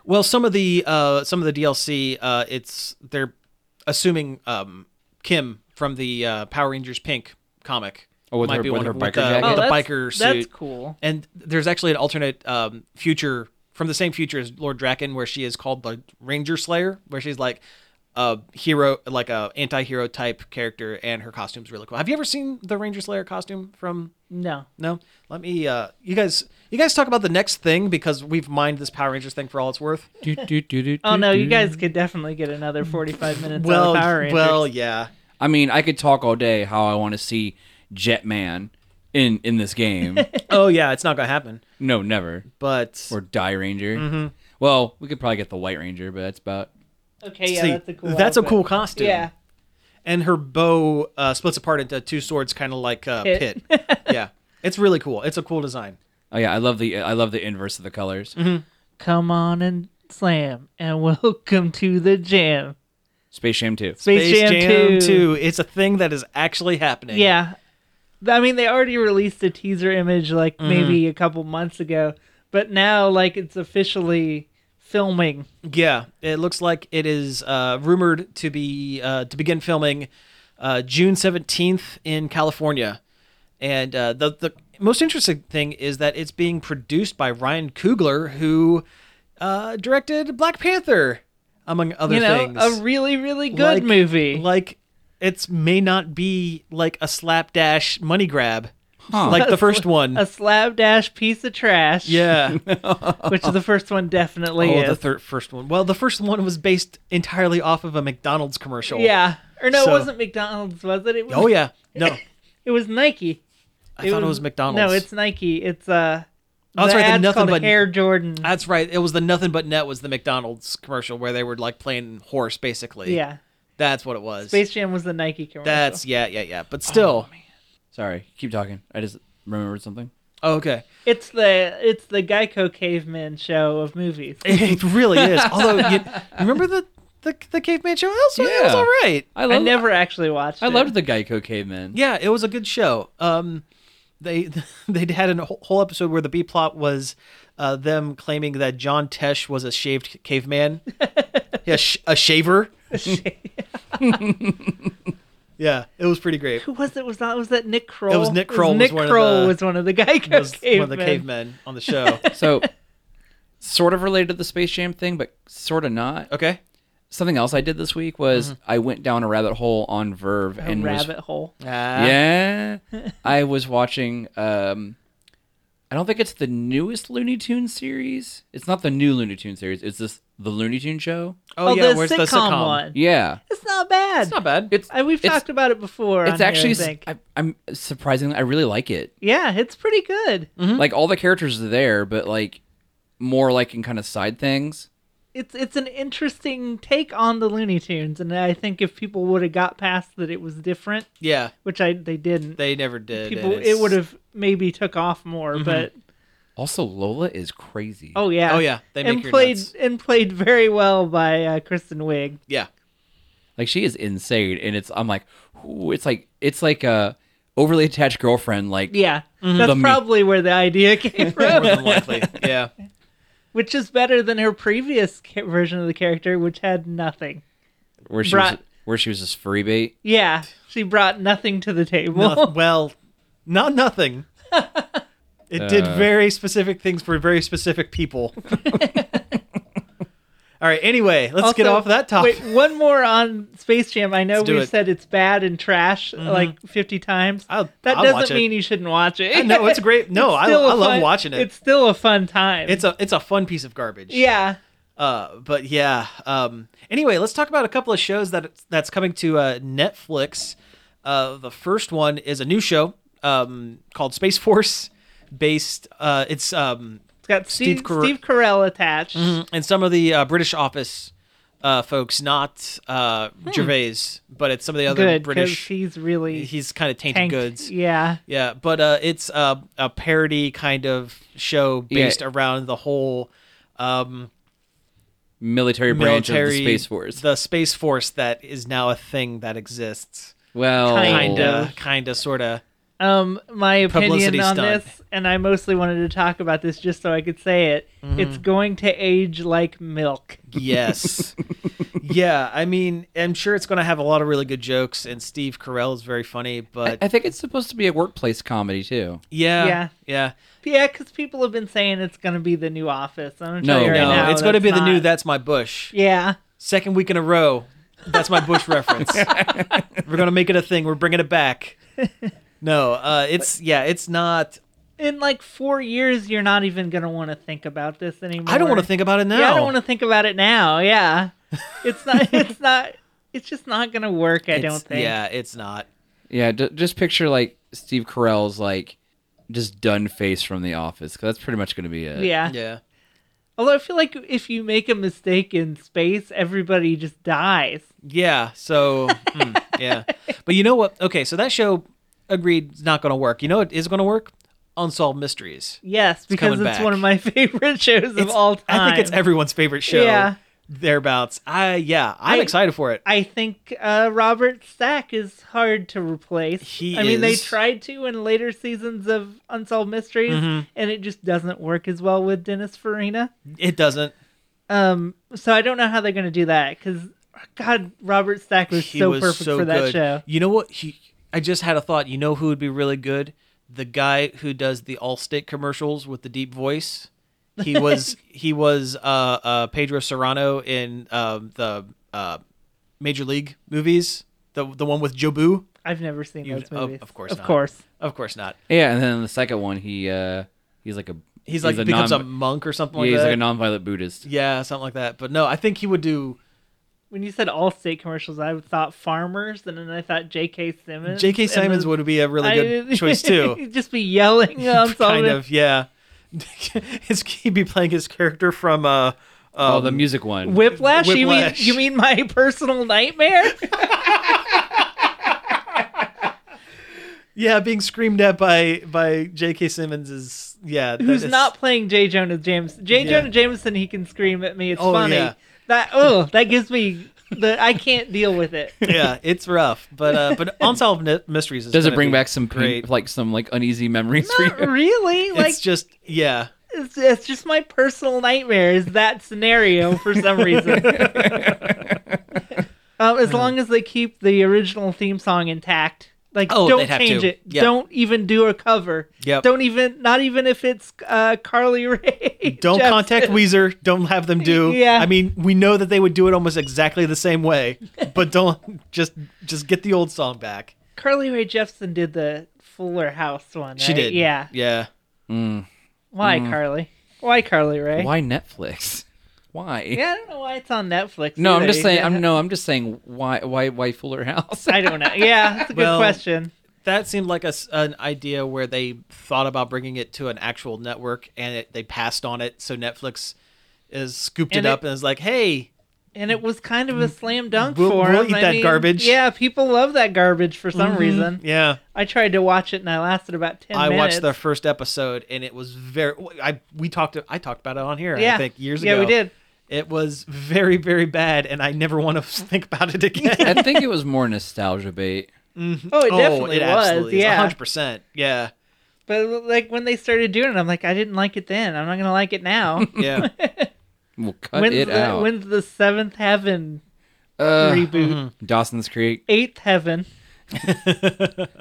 Speaker 3: Well, some of the uh, some of the DLC, uh, it's they're assuming um, Kim from the uh, Power Rangers Pink comic
Speaker 4: Oh, with her- with her biker
Speaker 3: the,
Speaker 4: jacket?
Speaker 3: with
Speaker 4: Oh,
Speaker 3: the
Speaker 2: that's,
Speaker 3: biker suit.
Speaker 2: That's cool.
Speaker 3: And there's actually an alternate um, future from the same future as Lord Draken, where she is called the Ranger Slayer, where she's like a hero, like a anti-hero type character, and her costume's really cool. Have you ever seen the Ranger Slayer costume from?
Speaker 2: No.
Speaker 3: No, let me. Uh, you guys, you guys talk about the next thing because we've mined this Power Rangers thing for all it's worth.
Speaker 2: Oh no, you guys could definitely get another forty-five minutes.
Speaker 3: well,
Speaker 2: out of Power Rangers.
Speaker 3: well, yeah.
Speaker 4: I mean, I could talk all day how I want to see Jetman in in
Speaker 2: <laughs>
Speaker 4: this game.
Speaker 3: Oh yeah, it's not gonna happen.
Speaker 4: no, never.
Speaker 3: But
Speaker 4: Or Die Ranger.
Speaker 2: Mm-hmm.
Speaker 4: Well, we could probably get the White Ranger, but that's about.
Speaker 2: okay, yeah,
Speaker 3: see,
Speaker 2: that's a cool.
Speaker 3: that's a
Speaker 2: outfit.
Speaker 3: cool costume.
Speaker 2: Yeah,
Speaker 3: and her bow uh, splits apart into two swords, kind of like uh,
Speaker 2: Pit.
Speaker 3: pit. yeah, it's really cool. It's a cool design.
Speaker 4: Oh yeah, I love the I love the inverse of the colors.
Speaker 2: Mm-hmm. come on and slam, and <laughs> welcome to the jam.
Speaker 4: Space Jam Two.
Speaker 2: Space, Jam, 2.
Speaker 3: It's a thing that is actually happening.
Speaker 2: Yeah. I mean, they already released a teaser image like
Speaker 3: Mm-hmm.
Speaker 2: maybe a couple months ago, but now like it's officially filming.
Speaker 3: yeah. It looks like it is uh, rumored to be uh, to begin filming uh, June seventeenth in California, and uh, the the most interesting thing is that it's being produced by Ryan Coogler, who uh, directed Black Panther, among other
Speaker 2: you know,
Speaker 3: things.
Speaker 2: a really really good
Speaker 3: Like-
Speaker 2: movie.
Speaker 3: Like it's may not be like a slapdash money grab,
Speaker 4: Huh.
Speaker 3: like the first one.
Speaker 2: <laughs> a slapdash piece of trash. <laughs>
Speaker 3: yeah,
Speaker 2: which the first one definitely
Speaker 3: oh,
Speaker 2: is.
Speaker 3: the thir- first one. Well, the first one was based entirely off of a McDonald's commercial.
Speaker 2: yeah, or no,
Speaker 3: So-
Speaker 2: it wasn't McDonald's, was it? it was,
Speaker 3: Oh yeah.
Speaker 2: <laughs>
Speaker 3: No,
Speaker 2: it was Nike.
Speaker 3: I thought it was McDonald's.
Speaker 2: No, it's Nike. It's uh.
Speaker 3: Oh, that's
Speaker 2: the
Speaker 3: right, the
Speaker 2: ad's
Speaker 3: Nothing
Speaker 2: called
Speaker 3: But-
Speaker 2: Air Jordan.
Speaker 3: That's right. It was the nothing but net was the McDonald's commercial where they were like playing horse basically.
Speaker 2: yeah,
Speaker 3: That's what it was.
Speaker 2: Space Jam was the Nike commercial.
Speaker 3: That's yeah, yeah, yeah. But still.
Speaker 4: Sorry, keep talking. I just remembered something.
Speaker 3: Oh, okay.
Speaker 2: It's the it's the Geico caveman show
Speaker 3: <laughs>
Speaker 2: of movies.
Speaker 3: It really is. Although you remember the the, the caveman show? That was, that was
Speaker 4: Yeah.
Speaker 3: all right.
Speaker 4: I
Speaker 2: I
Speaker 4: love.
Speaker 2: never actually watched.
Speaker 4: I
Speaker 2: it.
Speaker 4: loved the Geico caveman.
Speaker 3: Yeah, it was a good show. Um, they <laughs> they had a whole whole episode where the B plot was uh, them claiming that John Tesh was a shaved caveman, yeah, sh- a shaver. <laughs> yeah, it was pretty great.
Speaker 2: Who was it? Was that was that Nick Kroll?
Speaker 3: was Nick Kroll was
Speaker 2: Nick
Speaker 3: one of
Speaker 2: Kroll
Speaker 3: the-
Speaker 2: was one of the Geico
Speaker 3: It was
Speaker 2: cavemen.
Speaker 3: one of the cavemen on the show. <laughs>
Speaker 2: <laughs>
Speaker 4: So, sort of related to the Space Jam thing, but sort of not.
Speaker 3: okay,
Speaker 4: Something else I did this week was I went down a rabbit hole on Verve
Speaker 2: Mm-hmm. A
Speaker 4: and was
Speaker 2: rabbit hole.
Speaker 3: Oh, Uh,
Speaker 4: yeah, <laughs> I was watching. Um, I don't think it's the newest Looney Tunes series. It's not the new Looney Tunes series. It's this the Looney Tunes show.
Speaker 3: Oh, yeah, where's the sitcom?
Speaker 2: one.
Speaker 4: Yeah,
Speaker 2: It's not bad.
Speaker 3: it's not bad.
Speaker 4: it's
Speaker 2: I, Uh, we've
Speaker 4: it's-
Speaker 2: talked about it before. on
Speaker 4: It's
Speaker 2: here,
Speaker 4: actually.
Speaker 2: I
Speaker 4: s-
Speaker 2: think.
Speaker 4: I, am surprisingly. I really like it.
Speaker 2: yeah, it's pretty good.
Speaker 4: Like all the characters are there, but like more like in kind of side things.
Speaker 2: It's it's an interesting take on the Looney Tunes, and I think if people would have got past that it was different,
Speaker 3: yeah,
Speaker 2: which I they didn't,
Speaker 3: they never did.
Speaker 2: people
Speaker 3: and
Speaker 2: it
Speaker 3: it's-
Speaker 2: would have maybe took off more. But
Speaker 4: Also, Lola is crazy.
Speaker 2: oh yeah,
Speaker 3: Oh, yeah, they make
Speaker 2: and
Speaker 3: your
Speaker 2: played
Speaker 3: nuts.
Speaker 2: and played very well by uh, Kristen Wiig.
Speaker 3: Yeah,
Speaker 4: like she is insane, and it's I'm like, ooh, it's like it's like a overly attached girlfriend. Like
Speaker 2: Yeah,
Speaker 3: Mm-hmm.
Speaker 2: that's
Speaker 4: The me-
Speaker 2: probably where the
Speaker 3: <laughs>
Speaker 2: idea came
Speaker 3: more
Speaker 2: from,
Speaker 3: than likely. Yeah,
Speaker 2: which is better than her previous ca- version of the character, which had nothing.
Speaker 4: where she
Speaker 2: Brat.
Speaker 4: was, where she was this furry bait.
Speaker 2: Yeah, she brought nothing to the table. <laughs>
Speaker 3: Noth- well, not nothing. It did
Speaker 2: Uh.
Speaker 3: very specific things for very specific people.
Speaker 2: <laughs>
Speaker 3: All right. Anyway, let's get
Speaker 2: Also,
Speaker 3: off that topic.
Speaker 2: Wait, one more on Space Jam. I know
Speaker 3: Let's do
Speaker 2: we've
Speaker 3: it. Mm-hmm.
Speaker 2: said it's bad and trash like 50 times.
Speaker 3: I'll-
Speaker 2: that
Speaker 3: I'll
Speaker 2: doesn't
Speaker 3: watch it.
Speaker 2: mean you shouldn't watch it.
Speaker 3: no, it's
Speaker 2: <laughs>
Speaker 3: great. No, I,
Speaker 2: still
Speaker 3: I
Speaker 2: a
Speaker 3: love
Speaker 2: fun-
Speaker 3: watching it.
Speaker 2: It's
Speaker 3: It's
Speaker 2: still a fun time.
Speaker 3: it's a it's a fun piece of garbage.
Speaker 2: yeah.
Speaker 3: Uh, but yeah. Um. Anyway, let's talk about a couple of shows that that's coming to uh, Netflix. Uh, the first one is a new show um called Space Force, based uh it's um
Speaker 2: It's got Steve,
Speaker 3: Steve Carell-
Speaker 2: Steve Carell attached.
Speaker 3: and some of the uh, British Office uh, folks, not uh, Gervais, but it's some of the other
Speaker 2: Hmm. Good, because
Speaker 3: British.
Speaker 2: he's really
Speaker 3: He's kind of tainted
Speaker 2: tanked.
Speaker 3: goods.
Speaker 2: Yeah.
Speaker 3: Yeah, but uh, it's uh, a parody kind of show based around the whole um,
Speaker 4: Military branch
Speaker 3: military
Speaker 4: of the space force.
Speaker 3: the space force that is now a thing that exists.
Speaker 4: Well,
Speaker 2: Kind of.
Speaker 3: Uh, kinda, sorta.
Speaker 2: Um, my
Speaker 3: Publicity
Speaker 2: opinion on
Speaker 3: stunt.
Speaker 2: this, and I mostly wanted to talk about this just so I could say it.
Speaker 3: Mm-hmm.
Speaker 2: It's going to age like milk.
Speaker 4: <laughs>
Speaker 3: Yes. yeah, I mean, I'm sure it's going to have a lot of really good jokes, and Steve Carell is very funny,
Speaker 4: I,
Speaker 3: but
Speaker 4: I think it's supposed to be a workplace comedy too.
Speaker 3: yeah,
Speaker 2: Yeah.
Speaker 3: yeah, yeah.
Speaker 2: Yeah, because people have been saying it's going to be the new Office. I'm
Speaker 4: No,
Speaker 2: no, you right
Speaker 3: No,
Speaker 2: now,
Speaker 3: it's going to
Speaker 2: that's
Speaker 3: be the new
Speaker 2: not.
Speaker 3: That's My Bush.
Speaker 2: Yeah,
Speaker 3: Second week in a row. That's my Bush
Speaker 2: <laughs>
Speaker 3: reference. We're going to make it a thing. We're bringing it back. No, uh, it's, yeah, it's not.
Speaker 2: in like four years, you're not even going to want to think about this anymore.
Speaker 3: I don't want to think about it now.
Speaker 2: Yeah, I don't want to think about it
Speaker 3: <laughs>
Speaker 2: now. Yeah, it's not. it's not. It's just not going to work. I don't think.
Speaker 3: Yeah, it's not.
Speaker 4: Yeah, d- just picture like Steve Carell's like just done face from The Office. 'cause that's pretty much going to be it.
Speaker 2: Yeah.
Speaker 3: Yeah.
Speaker 2: Although I feel like if you make a mistake in space, everybody just dies.
Speaker 3: Yeah. So, hmm, yeah. But you know what? Okay. So that show agreed it's not going to work. You know what is going to work? Unsolved Mysteries.
Speaker 2: Yes, because
Speaker 3: coming
Speaker 2: it's
Speaker 3: back.
Speaker 2: one of my <laughs> favorite shows of
Speaker 3: It's-
Speaker 2: all time.
Speaker 3: I think it's everyone's favorite show.
Speaker 2: Yeah.
Speaker 3: Thereabouts. I, yeah. I'm
Speaker 2: I-
Speaker 3: excited for it.
Speaker 2: I think uh, Robert Stack is hard to replace.
Speaker 3: He
Speaker 2: I mean, they
Speaker 3: is.
Speaker 2: tried to in later seasons of Unsolved Mysteries,
Speaker 3: Mm-hmm.
Speaker 2: and it just doesn't work as well with Dennis Farina.
Speaker 3: It doesn't.
Speaker 2: Um, so I don't know how they're going to do that because, God, Robert Stack was so perfect for that
Speaker 3: good.
Speaker 2: show.
Speaker 3: You know what? He, I just had a thought. You know who would be really good? The guy who does the Allstate commercials with the deep voice. He
Speaker 2: <laughs>
Speaker 3: was he was uh, uh, Pedro Serrano in um, the uh, Major League movies. The the one with Jobu.
Speaker 2: I've never seen
Speaker 3: You-
Speaker 2: those
Speaker 3: of-
Speaker 2: movies.
Speaker 3: of course
Speaker 2: of
Speaker 3: not.
Speaker 2: course.
Speaker 3: Of course not.
Speaker 4: Yeah, and then the second one, he uh he's like a
Speaker 3: He's like
Speaker 4: a
Speaker 3: becomes
Speaker 4: non-
Speaker 3: a Um, monk or something
Speaker 4: yeah,
Speaker 3: like
Speaker 4: he's
Speaker 3: that.
Speaker 4: like a non-violent Buddhist.
Speaker 3: yeah, something like that. But no, I think he would do
Speaker 2: When you said all state commercials, I thought farmers, and then I thought J.K. Simmons.
Speaker 3: J.K.
Speaker 2: and
Speaker 3: Simmons
Speaker 2: then
Speaker 3: would be a really
Speaker 2: I-
Speaker 3: good
Speaker 2: <laughs>
Speaker 3: choice too.
Speaker 2: He'd just
Speaker 3: <laughs>
Speaker 2: be yelling um, on something.
Speaker 3: kind of, yeah. <laughs> his, he'd be playing his character from uh,
Speaker 4: Oh,
Speaker 3: um,
Speaker 4: the music one.
Speaker 2: Whiplash? You mean
Speaker 3: Whiplash.
Speaker 2: you mean my
Speaker 3: <laughs>
Speaker 2: personal nightmare?
Speaker 3: yeah, being screamed at by by J.K. Simmons is yeah, that
Speaker 2: Who's
Speaker 3: is-
Speaker 2: not playing J. Jonah Jameson? J.
Speaker 3: Yeah.
Speaker 2: Jonah Jameson, he can scream at me. It's
Speaker 3: Oh,
Speaker 2: funny.
Speaker 3: yeah.
Speaker 2: That oh, that gives me the I can't deal
Speaker 3: <laughs>
Speaker 2: with it.
Speaker 3: <laughs> yeah, it's rough, but uh,
Speaker 2: <laughs>
Speaker 3: but unsolved Ni- mysteries is
Speaker 4: Does it
Speaker 3: gonna
Speaker 4: bring
Speaker 3: be
Speaker 4: back some pain-
Speaker 3: great?
Speaker 4: like some like uneasy memories for
Speaker 2: Not
Speaker 4: you?
Speaker 2: really. Like
Speaker 3: it's just yeah,
Speaker 2: it's, it's just my personal nightmare is that scenario for some reason.
Speaker 3: <laughs>
Speaker 2: um,
Speaker 3: Uh-huh.
Speaker 2: as long as they keep the original theme song intact, like
Speaker 3: Oh,
Speaker 2: don't
Speaker 3: they'd have
Speaker 2: change
Speaker 3: to.
Speaker 2: it.
Speaker 3: Yep.
Speaker 2: Don't even do a cover.
Speaker 3: Yep.
Speaker 2: Don't even not even if it's uh, Carly Rae.
Speaker 3: don't
Speaker 2: Jepsen.
Speaker 3: contact Weezer, don't have them do.
Speaker 2: <laughs> Yeah.
Speaker 3: I mean we know that they would do it almost exactly the same way, but don't just just get the old song back.
Speaker 2: Carly Rae Jepsen did the Fuller House one.
Speaker 3: She
Speaker 2: right?
Speaker 3: did,
Speaker 2: Yeah.
Speaker 3: yeah. Mm.
Speaker 2: Why Carly? Why Carly Rae?
Speaker 4: Why Netflix? <laughs> Why?
Speaker 2: Yeah, I don't know why it's on Netflix.
Speaker 4: No, I'm
Speaker 2: either.
Speaker 4: just saying.
Speaker 2: Yeah.
Speaker 4: I'm no, I'm just saying. Why? Why? Why Fuller House? <laughs>
Speaker 2: I don't know. Yeah, that's a good
Speaker 3: Well,
Speaker 2: question.
Speaker 3: that seemed like a s an idea where they thought about bringing it to an actual network and it, they passed on it so netflix is scooped
Speaker 2: And
Speaker 3: it
Speaker 2: it-
Speaker 3: up and is like hey
Speaker 2: And it was kind of a slam dunk
Speaker 3: Mm. We'll-
Speaker 2: for
Speaker 3: we'll
Speaker 2: him.
Speaker 3: eat
Speaker 2: I
Speaker 3: that
Speaker 2: mean,
Speaker 3: garbage.
Speaker 2: Yeah, people love that garbage for some reason.
Speaker 3: yeah
Speaker 2: I tried to watch it and I lasted about ten
Speaker 3: i
Speaker 2: minutes.
Speaker 3: watched the first episode and it was very i we talked i talked about it on here
Speaker 2: yeah.
Speaker 3: i think years
Speaker 2: yeah,
Speaker 3: ago
Speaker 2: Yeah, we did.
Speaker 3: it was very very bad and i never want to <laughs> think about it
Speaker 2: <laughs>
Speaker 3: again
Speaker 4: I think it was more nostalgia bait.
Speaker 2: Oh, it
Speaker 3: oh
Speaker 2: definitely
Speaker 3: it
Speaker 2: was.
Speaker 3: absolutely
Speaker 2: Yeah,
Speaker 3: 100% yeah
Speaker 2: but like when they started doing it, I'm like, I didn't like it then. I'm not gonna like it
Speaker 3: <laughs>
Speaker 2: now. <laughs>
Speaker 3: yeah
Speaker 4: We'll cut
Speaker 2: when's,
Speaker 4: it
Speaker 2: the, uh,
Speaker 4: out.
Speaker 2: when's the seventh heaven
Speaker 4: Uh,
Speaker 2: reboot?
Speaker 3: mm-hmm.
Speaker 4: Dawson's Creek,
Speaker 2: Eighth heaven. <laughs>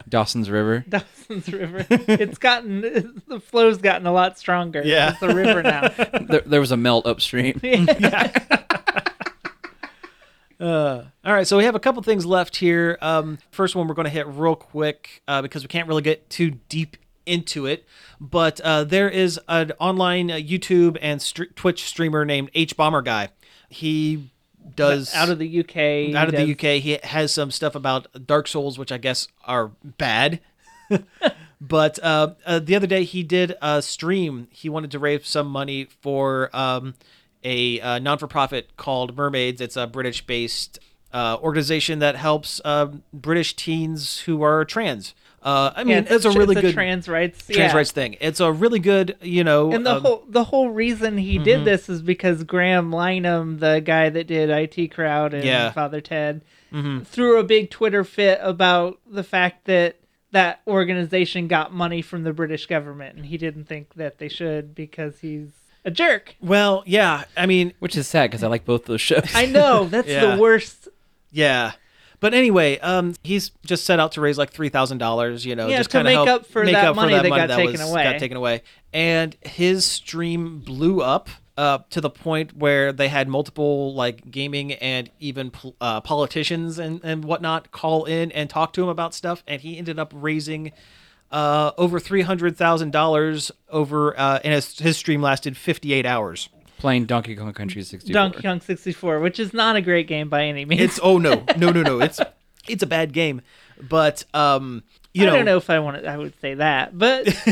Speaker 4: Dawson's River.
Speaker 2: Dawson's River. It's gotten <laughs> the flow's gotten a lot stronger.
Speaker 3: Yeah.
Speaker 2: it's a
Speaker 3: <laughs>
Speaker 2: river now.
Speaker 4: there, there was a
Speaker 2: <laughs>
Speaker 4: melt upstream.
Speaker 3: All right, so we have a couple things left here. Um, first one we're going to hit real quick uh, because we can't really get too deep into it. But uh, there is an online uh, YouTube and str- Twitch streamer named H Bomber Guy. He does
Speaker 2: Out of the UK.
Speaker 3: out of
Speaker 2: does-
Speaker 3: the UK. He has some stuff about Dark Souls, which I guess are bad. <laughs> but uh, uh, the other day he did a stream. He wanted to raise some money for um, a uh, non-for-profit called Mermaids. It's a British-based uh, organization that helps um British teens who are trans. Uh, I
Speaker 2: Yeah,
Speaker 3: mean, it's, a really
Speaker 2: it's
Speaker 3: good
Speaker 2: trans rights.
Speaker 3: trans
Speaker 2: yeah.
Speaker 3: rights thing. It's a really good, you know,
Speaker 2: And the
Speaker 3: um,
Speaker 2: whole the whole reason he
Speaker 3: mm-hmm.
Speaker 2: did this is because Graham Lynham, the guy that did IT Crowd and
Speaker 3: Yeah. Mm-hmm.
Speaker 2: Father Ted, threw a big Twitter fit about the fact that that organization got money from the British government, and he didn't think that they should because he's a jerk.
Speaker 3: well, yeah. I mean,
Speaker 4: Which is sad because I like both those shows.
Speaker 3: <laughs>
Speaker 2: I know that's
Speaker 3: Yeah.
Speaker 2: the worst.
Speaker 3: yeah. But anyway, um, he's just set out to raise like three thousand dollars. You know,
Speaker 2: Yeah,
Speaker 3: just
Speaker 2: to
Speaker 3: kind of
Speaker 2: make
Speaker 3: help
Speaker 2: up for
Speaker 3: make
Speaker 2: that
Speaker 3: up
Speaker 2: money
Speaker 3: for that
Speaker 2: that
Speaker 3: money
Speaker 2: got
Speaker 3: that
Speaker 2: taken
Speaker 3: was,
Speaker 2: away.
Speaker 3: Got taken away, and his stream blew up uh, to the point where they had multiple like gaming and even pol- uh, politicians and and whatnot call in and talk to him about stuff, and he ended up raising. Uh, over three hundred thousand dollars over, uh, and his, his stream lasted fifty eight hours.
Speaker 4: <laughs> Playing Donkey Kong Country 64.
Speaker 2: Donkey Kong 64, which is not a great game by any means.
Speaker 3: It's oh no, no, no, no. It's it's a bad game, but um, you
Speaker 2: I don't know if I want to, I would say that, but
Speaker 3: <laughs>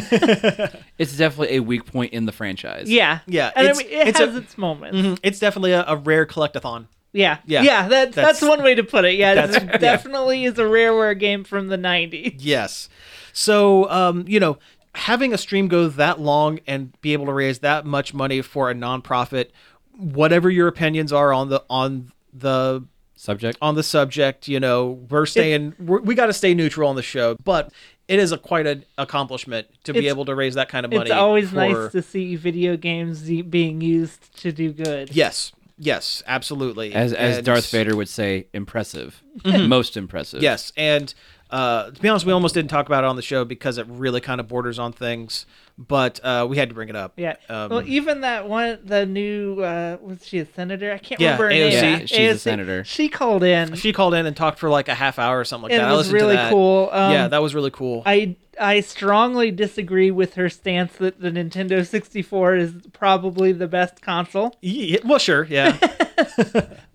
Speaker 4: It's definitely a weak point in the franchise.
Speaker 2: yeah,
Speaker 3: Yeah,
Speaker 2: And I
Speaker 3: it's-
Speaker 2: mean, it
Speaker 3: it's a-
Speaker 2: has its moments.
Speaker 3: It's definitely a, a rare collectathon.
Speaker 2: Yeah,
Speaker 3: Yeah.
Speaker 2: yeah, that, that's,
Speaker 3: That's-
Speaker 2: one way to put it. Yeah,
Speaker 3: That's-
Speaker 2: it <laughs> definitely is a rareware game from the '90s.
Speaker 3: Yes. So, um, you know, having a stream go that long and be able to raise that much money for a nonprofit, whatever your opinions are on the on the
Speaker 4: Subject.
Speaker 3: on the subject, you know, we're staying we're, we got to stay neutral on the show, but it is a quite an accomplishment to be
Speaker 2: It's-
Speaker 3: able to raise that kind of money.
Speaker 2: It's always
Speaker 3: for-
Speaker 2: nice to see video games e- being used to do good.
Speaker 3: Yes. Yes, absolutely.
Speaker 4: As, as
Speaker 3: And-
Speaker 4: Darth Vader would say, impressive.
Speaker 2: Mm-hmm.
Speaker 4: <laughs> Most impressive.
Speaker 3: Yes, and uh, to be honest, we almost didn't talk about it on the show because it really kind of borders on things, but uh, we had to bring it up.
Speaker 2: Yeah.
Speaker 3: Um,
Speaker 2: well, even that one, the new uh, was she a senator? I can't
Speaker 3: Yeah,
Speaker 2: remember. Her
Speaker 3: AOC.
Speaker 2: name.
Speaker 4: Yeah, she's a senator.
Speaker 2: She called in.
Speaker 3: she called in and talked for like a half hour or something like
Speaker 2: It
Speaker 3: that. I
Speaker 2: was
Speaker 3: listened to
Speaker 2: really
Speaker 3: that.
Speaker 2: cool. Um,
Speaker 3: yeah, that was really cool.
Speaker 2: I I strongly disagree with her stance that the Nintendo 64 is probably the best console.
Speaker 3: Yeah, well, sure.
Speaker 2: <laughs>
Speaker 3: Yeah.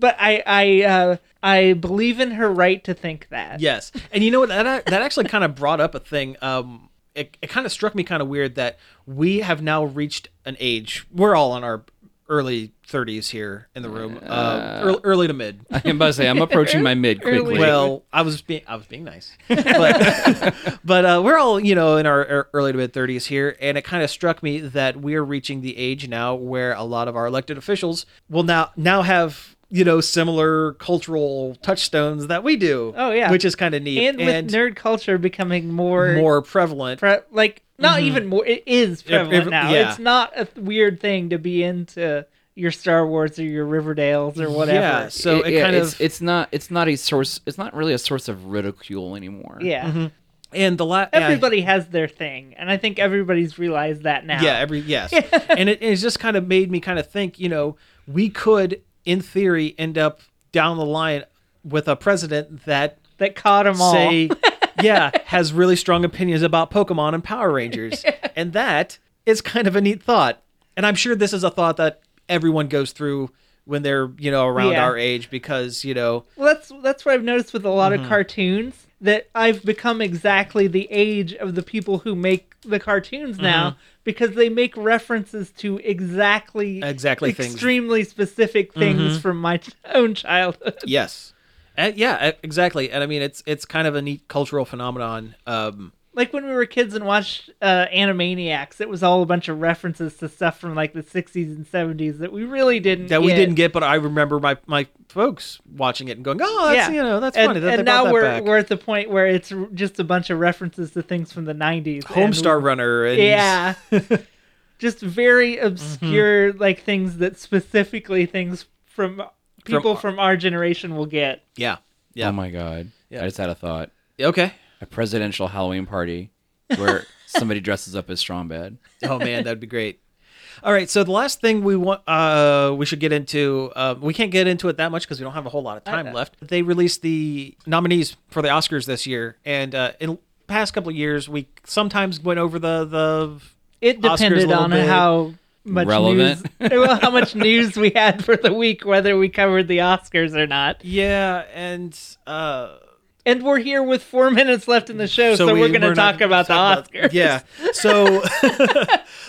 Speaker 2: But I I uh, I believe in her right to think that.
Speaker 3: yes. And you know what? That that actually kind of brought up a thing. Um, it, it kind of struck me kind of weird that we have now reached an age. We're all in our early 30s here in the room, uh, early, early to mid.
Speaker 4: I am about to say, I'm approaching my mid quickly.
Speaker 3: Well, I was being I was being nice, <laughs> but <laughs> but uh, we're all you know in our our early to mid thirties here, and it kind of struck me that we're reaching the age now where a lot of our elected officials will now now have you know similar cultural touchstones that we do.
Speaker 2: Oh, yeah.
Speaker 3: which is kind of neat
Speaker 2: and,
Speaker 3: and,
Speaker 2: with nerd culture becoming more
Speaker 3: more prevalent.
Speaker 2: pre- like not even more it is prevalent
Speaker 3: ev-
Speaker 2: now
Speaker 3: Mm-hmm. yeah.
Speaker 2: it's not a th- weird thing to be into your star wars or your riverdales or whatever
Speaker 3: Yeah, so it,
Speaker 4: Yeah,
Speaker 3: kind
Speaker 4: it's,
Speaker 3: of
Speaker 4: it's not it's not a source it's not really a source of ridicule anymore.
Speaker 2: yeah
Speaker 3: Mm-hmm. and the last
Speaker 2: everybody has their thing and i think everybody's realized that now
Speaker 3: Yeah, every
Speaker 2: <laughs>
Speaker 3: yes. and it, it's just kind of made me kind of think, you know, we could in theory end up down the line with a president that
Speaker 2: that caught them all <laughs>
Speaker 3: say yeah, has really strong opinions about Pokemon and Power
Speaker 2: <laughs>
Speaker 3: Rangers. and that is kind of a neat thought. And I'm sure this is a thought that everyone goes through when they're, you know, around
Speaker 2: Yeah.
Speaker 3: our age because, you know,
Speaker 2: well that's that's what i've noticed with a lot
Speaker 3: Mm-hmm.
Speaker 2: of cartoons that i've become exactly the age of the people who make the cartoons
Speaker 3: Mm-hmm.
Speaker 2: now because they make references to exactly
Speaker 3: Exactly things. Mm-hmm.
Speaker 2: extremely specific things from my <laughs> t- own childhood
Speaker 3: yes. And yeah, e- exactly. And I mean, it's it's kind of a neat cultural phenomenon. Um,
Speaker 2: like when we were kids and watched uh, Animaniacs, it was all a bunch of references to stuff from like the 60s and 70s that we really didn't
Speaker 3: that we didn't get, but I remember my my folks watching it and going, "Oh, that's you know, that's
Speaker 2: and,
Speaker 3: funny." That
Speaker 2: and
Speaker 3: they brought
Speaker 2: now
Speaker 3: that
Speaker 2: we're
Speaker 3: back.
Speaker 2: we're at the point where it's r- just a bunch of references to things from the 90s. and
Speaker 3: Homestar Runner, and <laughs>
Speaker 2: we- yeah. just
Speaker 3: Mm-hmm.
Speaker 2: very obscure like things that specifically things from people
Speaker 3: uh,
Speaker 2: from, our generation will get.
Speaker 3: yeah,
Speaker 4: Oh my god. I just had a thought.
Speaker 3: okay.
Speaker 4: A presidential Halloween party
Speaker 2: <laughs>
Speaker 4: where somebody dresses up as Strongbad.
Speaker 3: Oh man, that'd be great. All right, so the last thing we want uh, we should get into uh, we can't get into it that much because we don't have a whole lot of time left. They released the nominees for the Oscars this year, and uh, in the past couple of years, we sometimes went over the the
Speaker 2: It
Speaker 3: Oscars a
Speaker 2: depended
Speaker 3: little
Speaker 2: on
Speaker 3: bit.
Speaker 2: how much
Speaker 4: Relevant.
Speaker 2: news <laughs> well, how much news we had for the week whether we covered the Oscars or not.
Speaker 3: yeah, and uh,
Speaker 2: And we're here with four <laughs> minutes left in the show, so, we, are going to
Speaker 3: we're not
Speaker 2: talk about the
Speaker 3: gonna
Speaker 2: Oscars.
Speaker 3: talk about- yeah. So,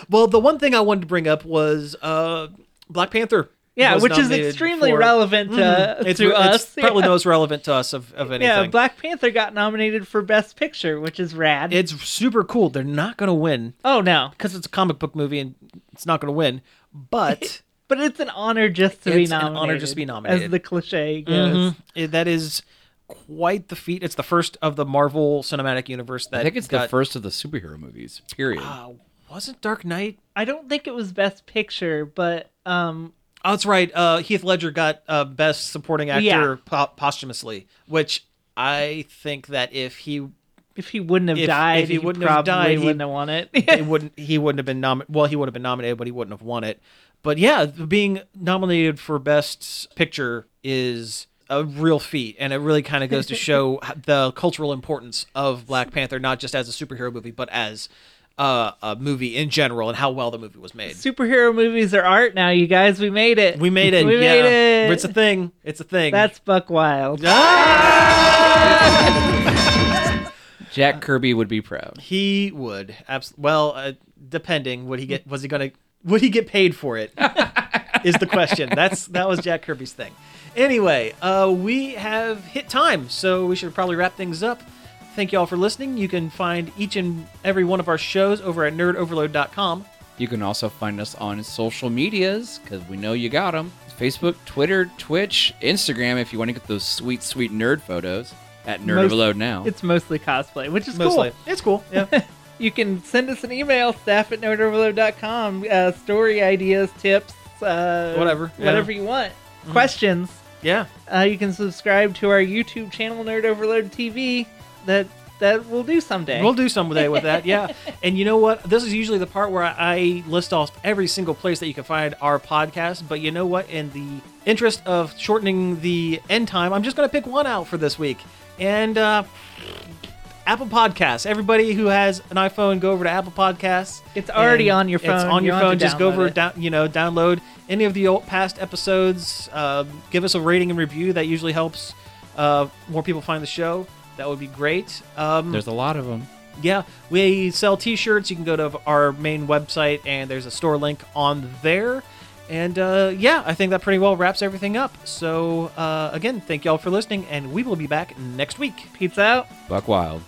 Speaker 3: well, the one thing I wanted to bring up was uh, Black Panther.
Speaker 2: <laughs> yeah,
Speaker 3: was
Speaker 2: which is
Speaker 3: nominated
Speaker 2: extremely
Speaker 3: for- Mm,
Speaker 2: relevant uh,
Speaker 3: it's,
Speaker 2: to
Speaker 3: it's
Speaker 2: us.
Speaker 3: probably
Speaker 2: yeah.
Speaker 3: the most relevant to us of, of anything.
Speaker 2: <laughs> Yeah, Black Panther got nominated for Best Picture, which is rad.
Speaker 3: it's super cool. They're not going to win
Speaker 2: oh no,
Speaker 3: because it's a comic book movie and it's not going to win,
Speaker 4: <laughs>
Speaker 3: but
Speaker 2: but it's an honor just to be
Speaker 3: It's an
Speaker 2: nominated.
Speaker 3: honor just to be nominated. Mm-hmm.
Speaker 2: as the cliche goes.
Speaker 3: it- that is quite the feat. It's the first of the Marvel Cinematic Universe that
Speaker 4: I think it's the
Speaker 3: got,
Speaker 4: first of the superhero movies. Period.
Speaker 2: Ah,
Speaker 3: Uh, wasn't Dark Knight?
Speaker 2: I don't think it was Best Picture, but um,
Speaker 3: Oh, that's right. Uh, Heath Ledger got uh, Best Supporting Actor
Speaker 2: Yeah.
Speaker 3: po- posthumously, which I think that if he
Speaker 2: if he wouldn't have
Speaker 3: If-
Speaker 2: died,
Speaker 3: if he wouldn't have
Speaker 2: probably
Speaker 3: died, he-
Speaker 2: wouldn't have won it.
Speaker 3: it wouldn't he wouldn't have been nominated. Well, he would have been nominated, but he wouldn't have won it. But yeah, being nominated for best picture is a real feat, and it really kind of goes to show <laughs> the cultural importance of Black Panther, not just as a superhero movie, but as uh, a movie in general, and how well the movie was made.
Speaker 2: <laughs> Superhero movies are art now, you guys. We made it.
Speaker 3: We made it.
Speaker 2: We
Speaker 3: yeah.
Speaker 2: made it.
Speaker 3: It's a thing. It's a thing. Ah!
Speaker 2: That's Buck Wild. uh,
Speaker 4: Jack Kirby would be proud.
Speaker 3: he would. Abs- well, uh, depending, would he get? Was he gonna? Would he get paid for it? is the question. That's that was Jack Kirby's thing. Anyway, uh, we have hit time, so we should probably wrap things up. Thank you all for listening. You can find each and every one of our shows over at nerdoverload.com.
Speaker 4: You can also find us on social medias because we know you got them: Facebook, Twitter, Twitch, Instagram. If you want to get those sweet, sweet nerd photos at Nerd
Speaker 2: Most-
Speaker 4: Overload now.
Speaker 2: It's mostly cosplay, which is
Speaker 3: Mostly,
Speaker 2: cool.
Speaker 3: it's cool. Yeah,
Speaker 2: You can send us an email, staff at nerdoverload.com. Uh, story ideas, tips, uh,
Speaker 3: Whatever, yeah. Mm-hmm.
Speaker 2: whatever you want. Questions.
Speaker 3: yeah.
Speaker 2: Uh, you can subscribe to our YouTube channel, Nerd Overload TV. That that we'll do someday.
Speaker 3: We'll do someday with that, yeah. And you know what? This is usually the part where I list off every single place that you can find our podcast. But you know what? In the interest of shortening the end time, I'm just going to pick one out for this week. And uh, Apple Podcasts. Everybody who has an iPhone, go over to Apple Podcasts.
Speaker 2: It's already
Speaker 3: And
Speaker 2: on your
Speaker 3: It's
Speaker 2: phone.
Speaker 3: on
Speaker 2: You
Speaker 3: your
Speaker 2: don't have
Speaker 3: phone.
Speaker 2: to
Speaker 3: Just go over,
Speaker 2: download it.
Speaker 3: down, you know, download any of the old past episodes. Uh, give us a rating and review. That usually helps uh, more people find the show. That would be great. Um,
Speaker 4: There's a lot of them.
Speaker 3: yeah, we sell T-shirts. You can go to our main website, and there's a store link on there. And uh, yeah, I think that pretty well wraps everything up. So uh, again, thank y'all for listening, and we will be back next week.
Speaker 2: Pizza out.
Speaker 4: Buck Wild.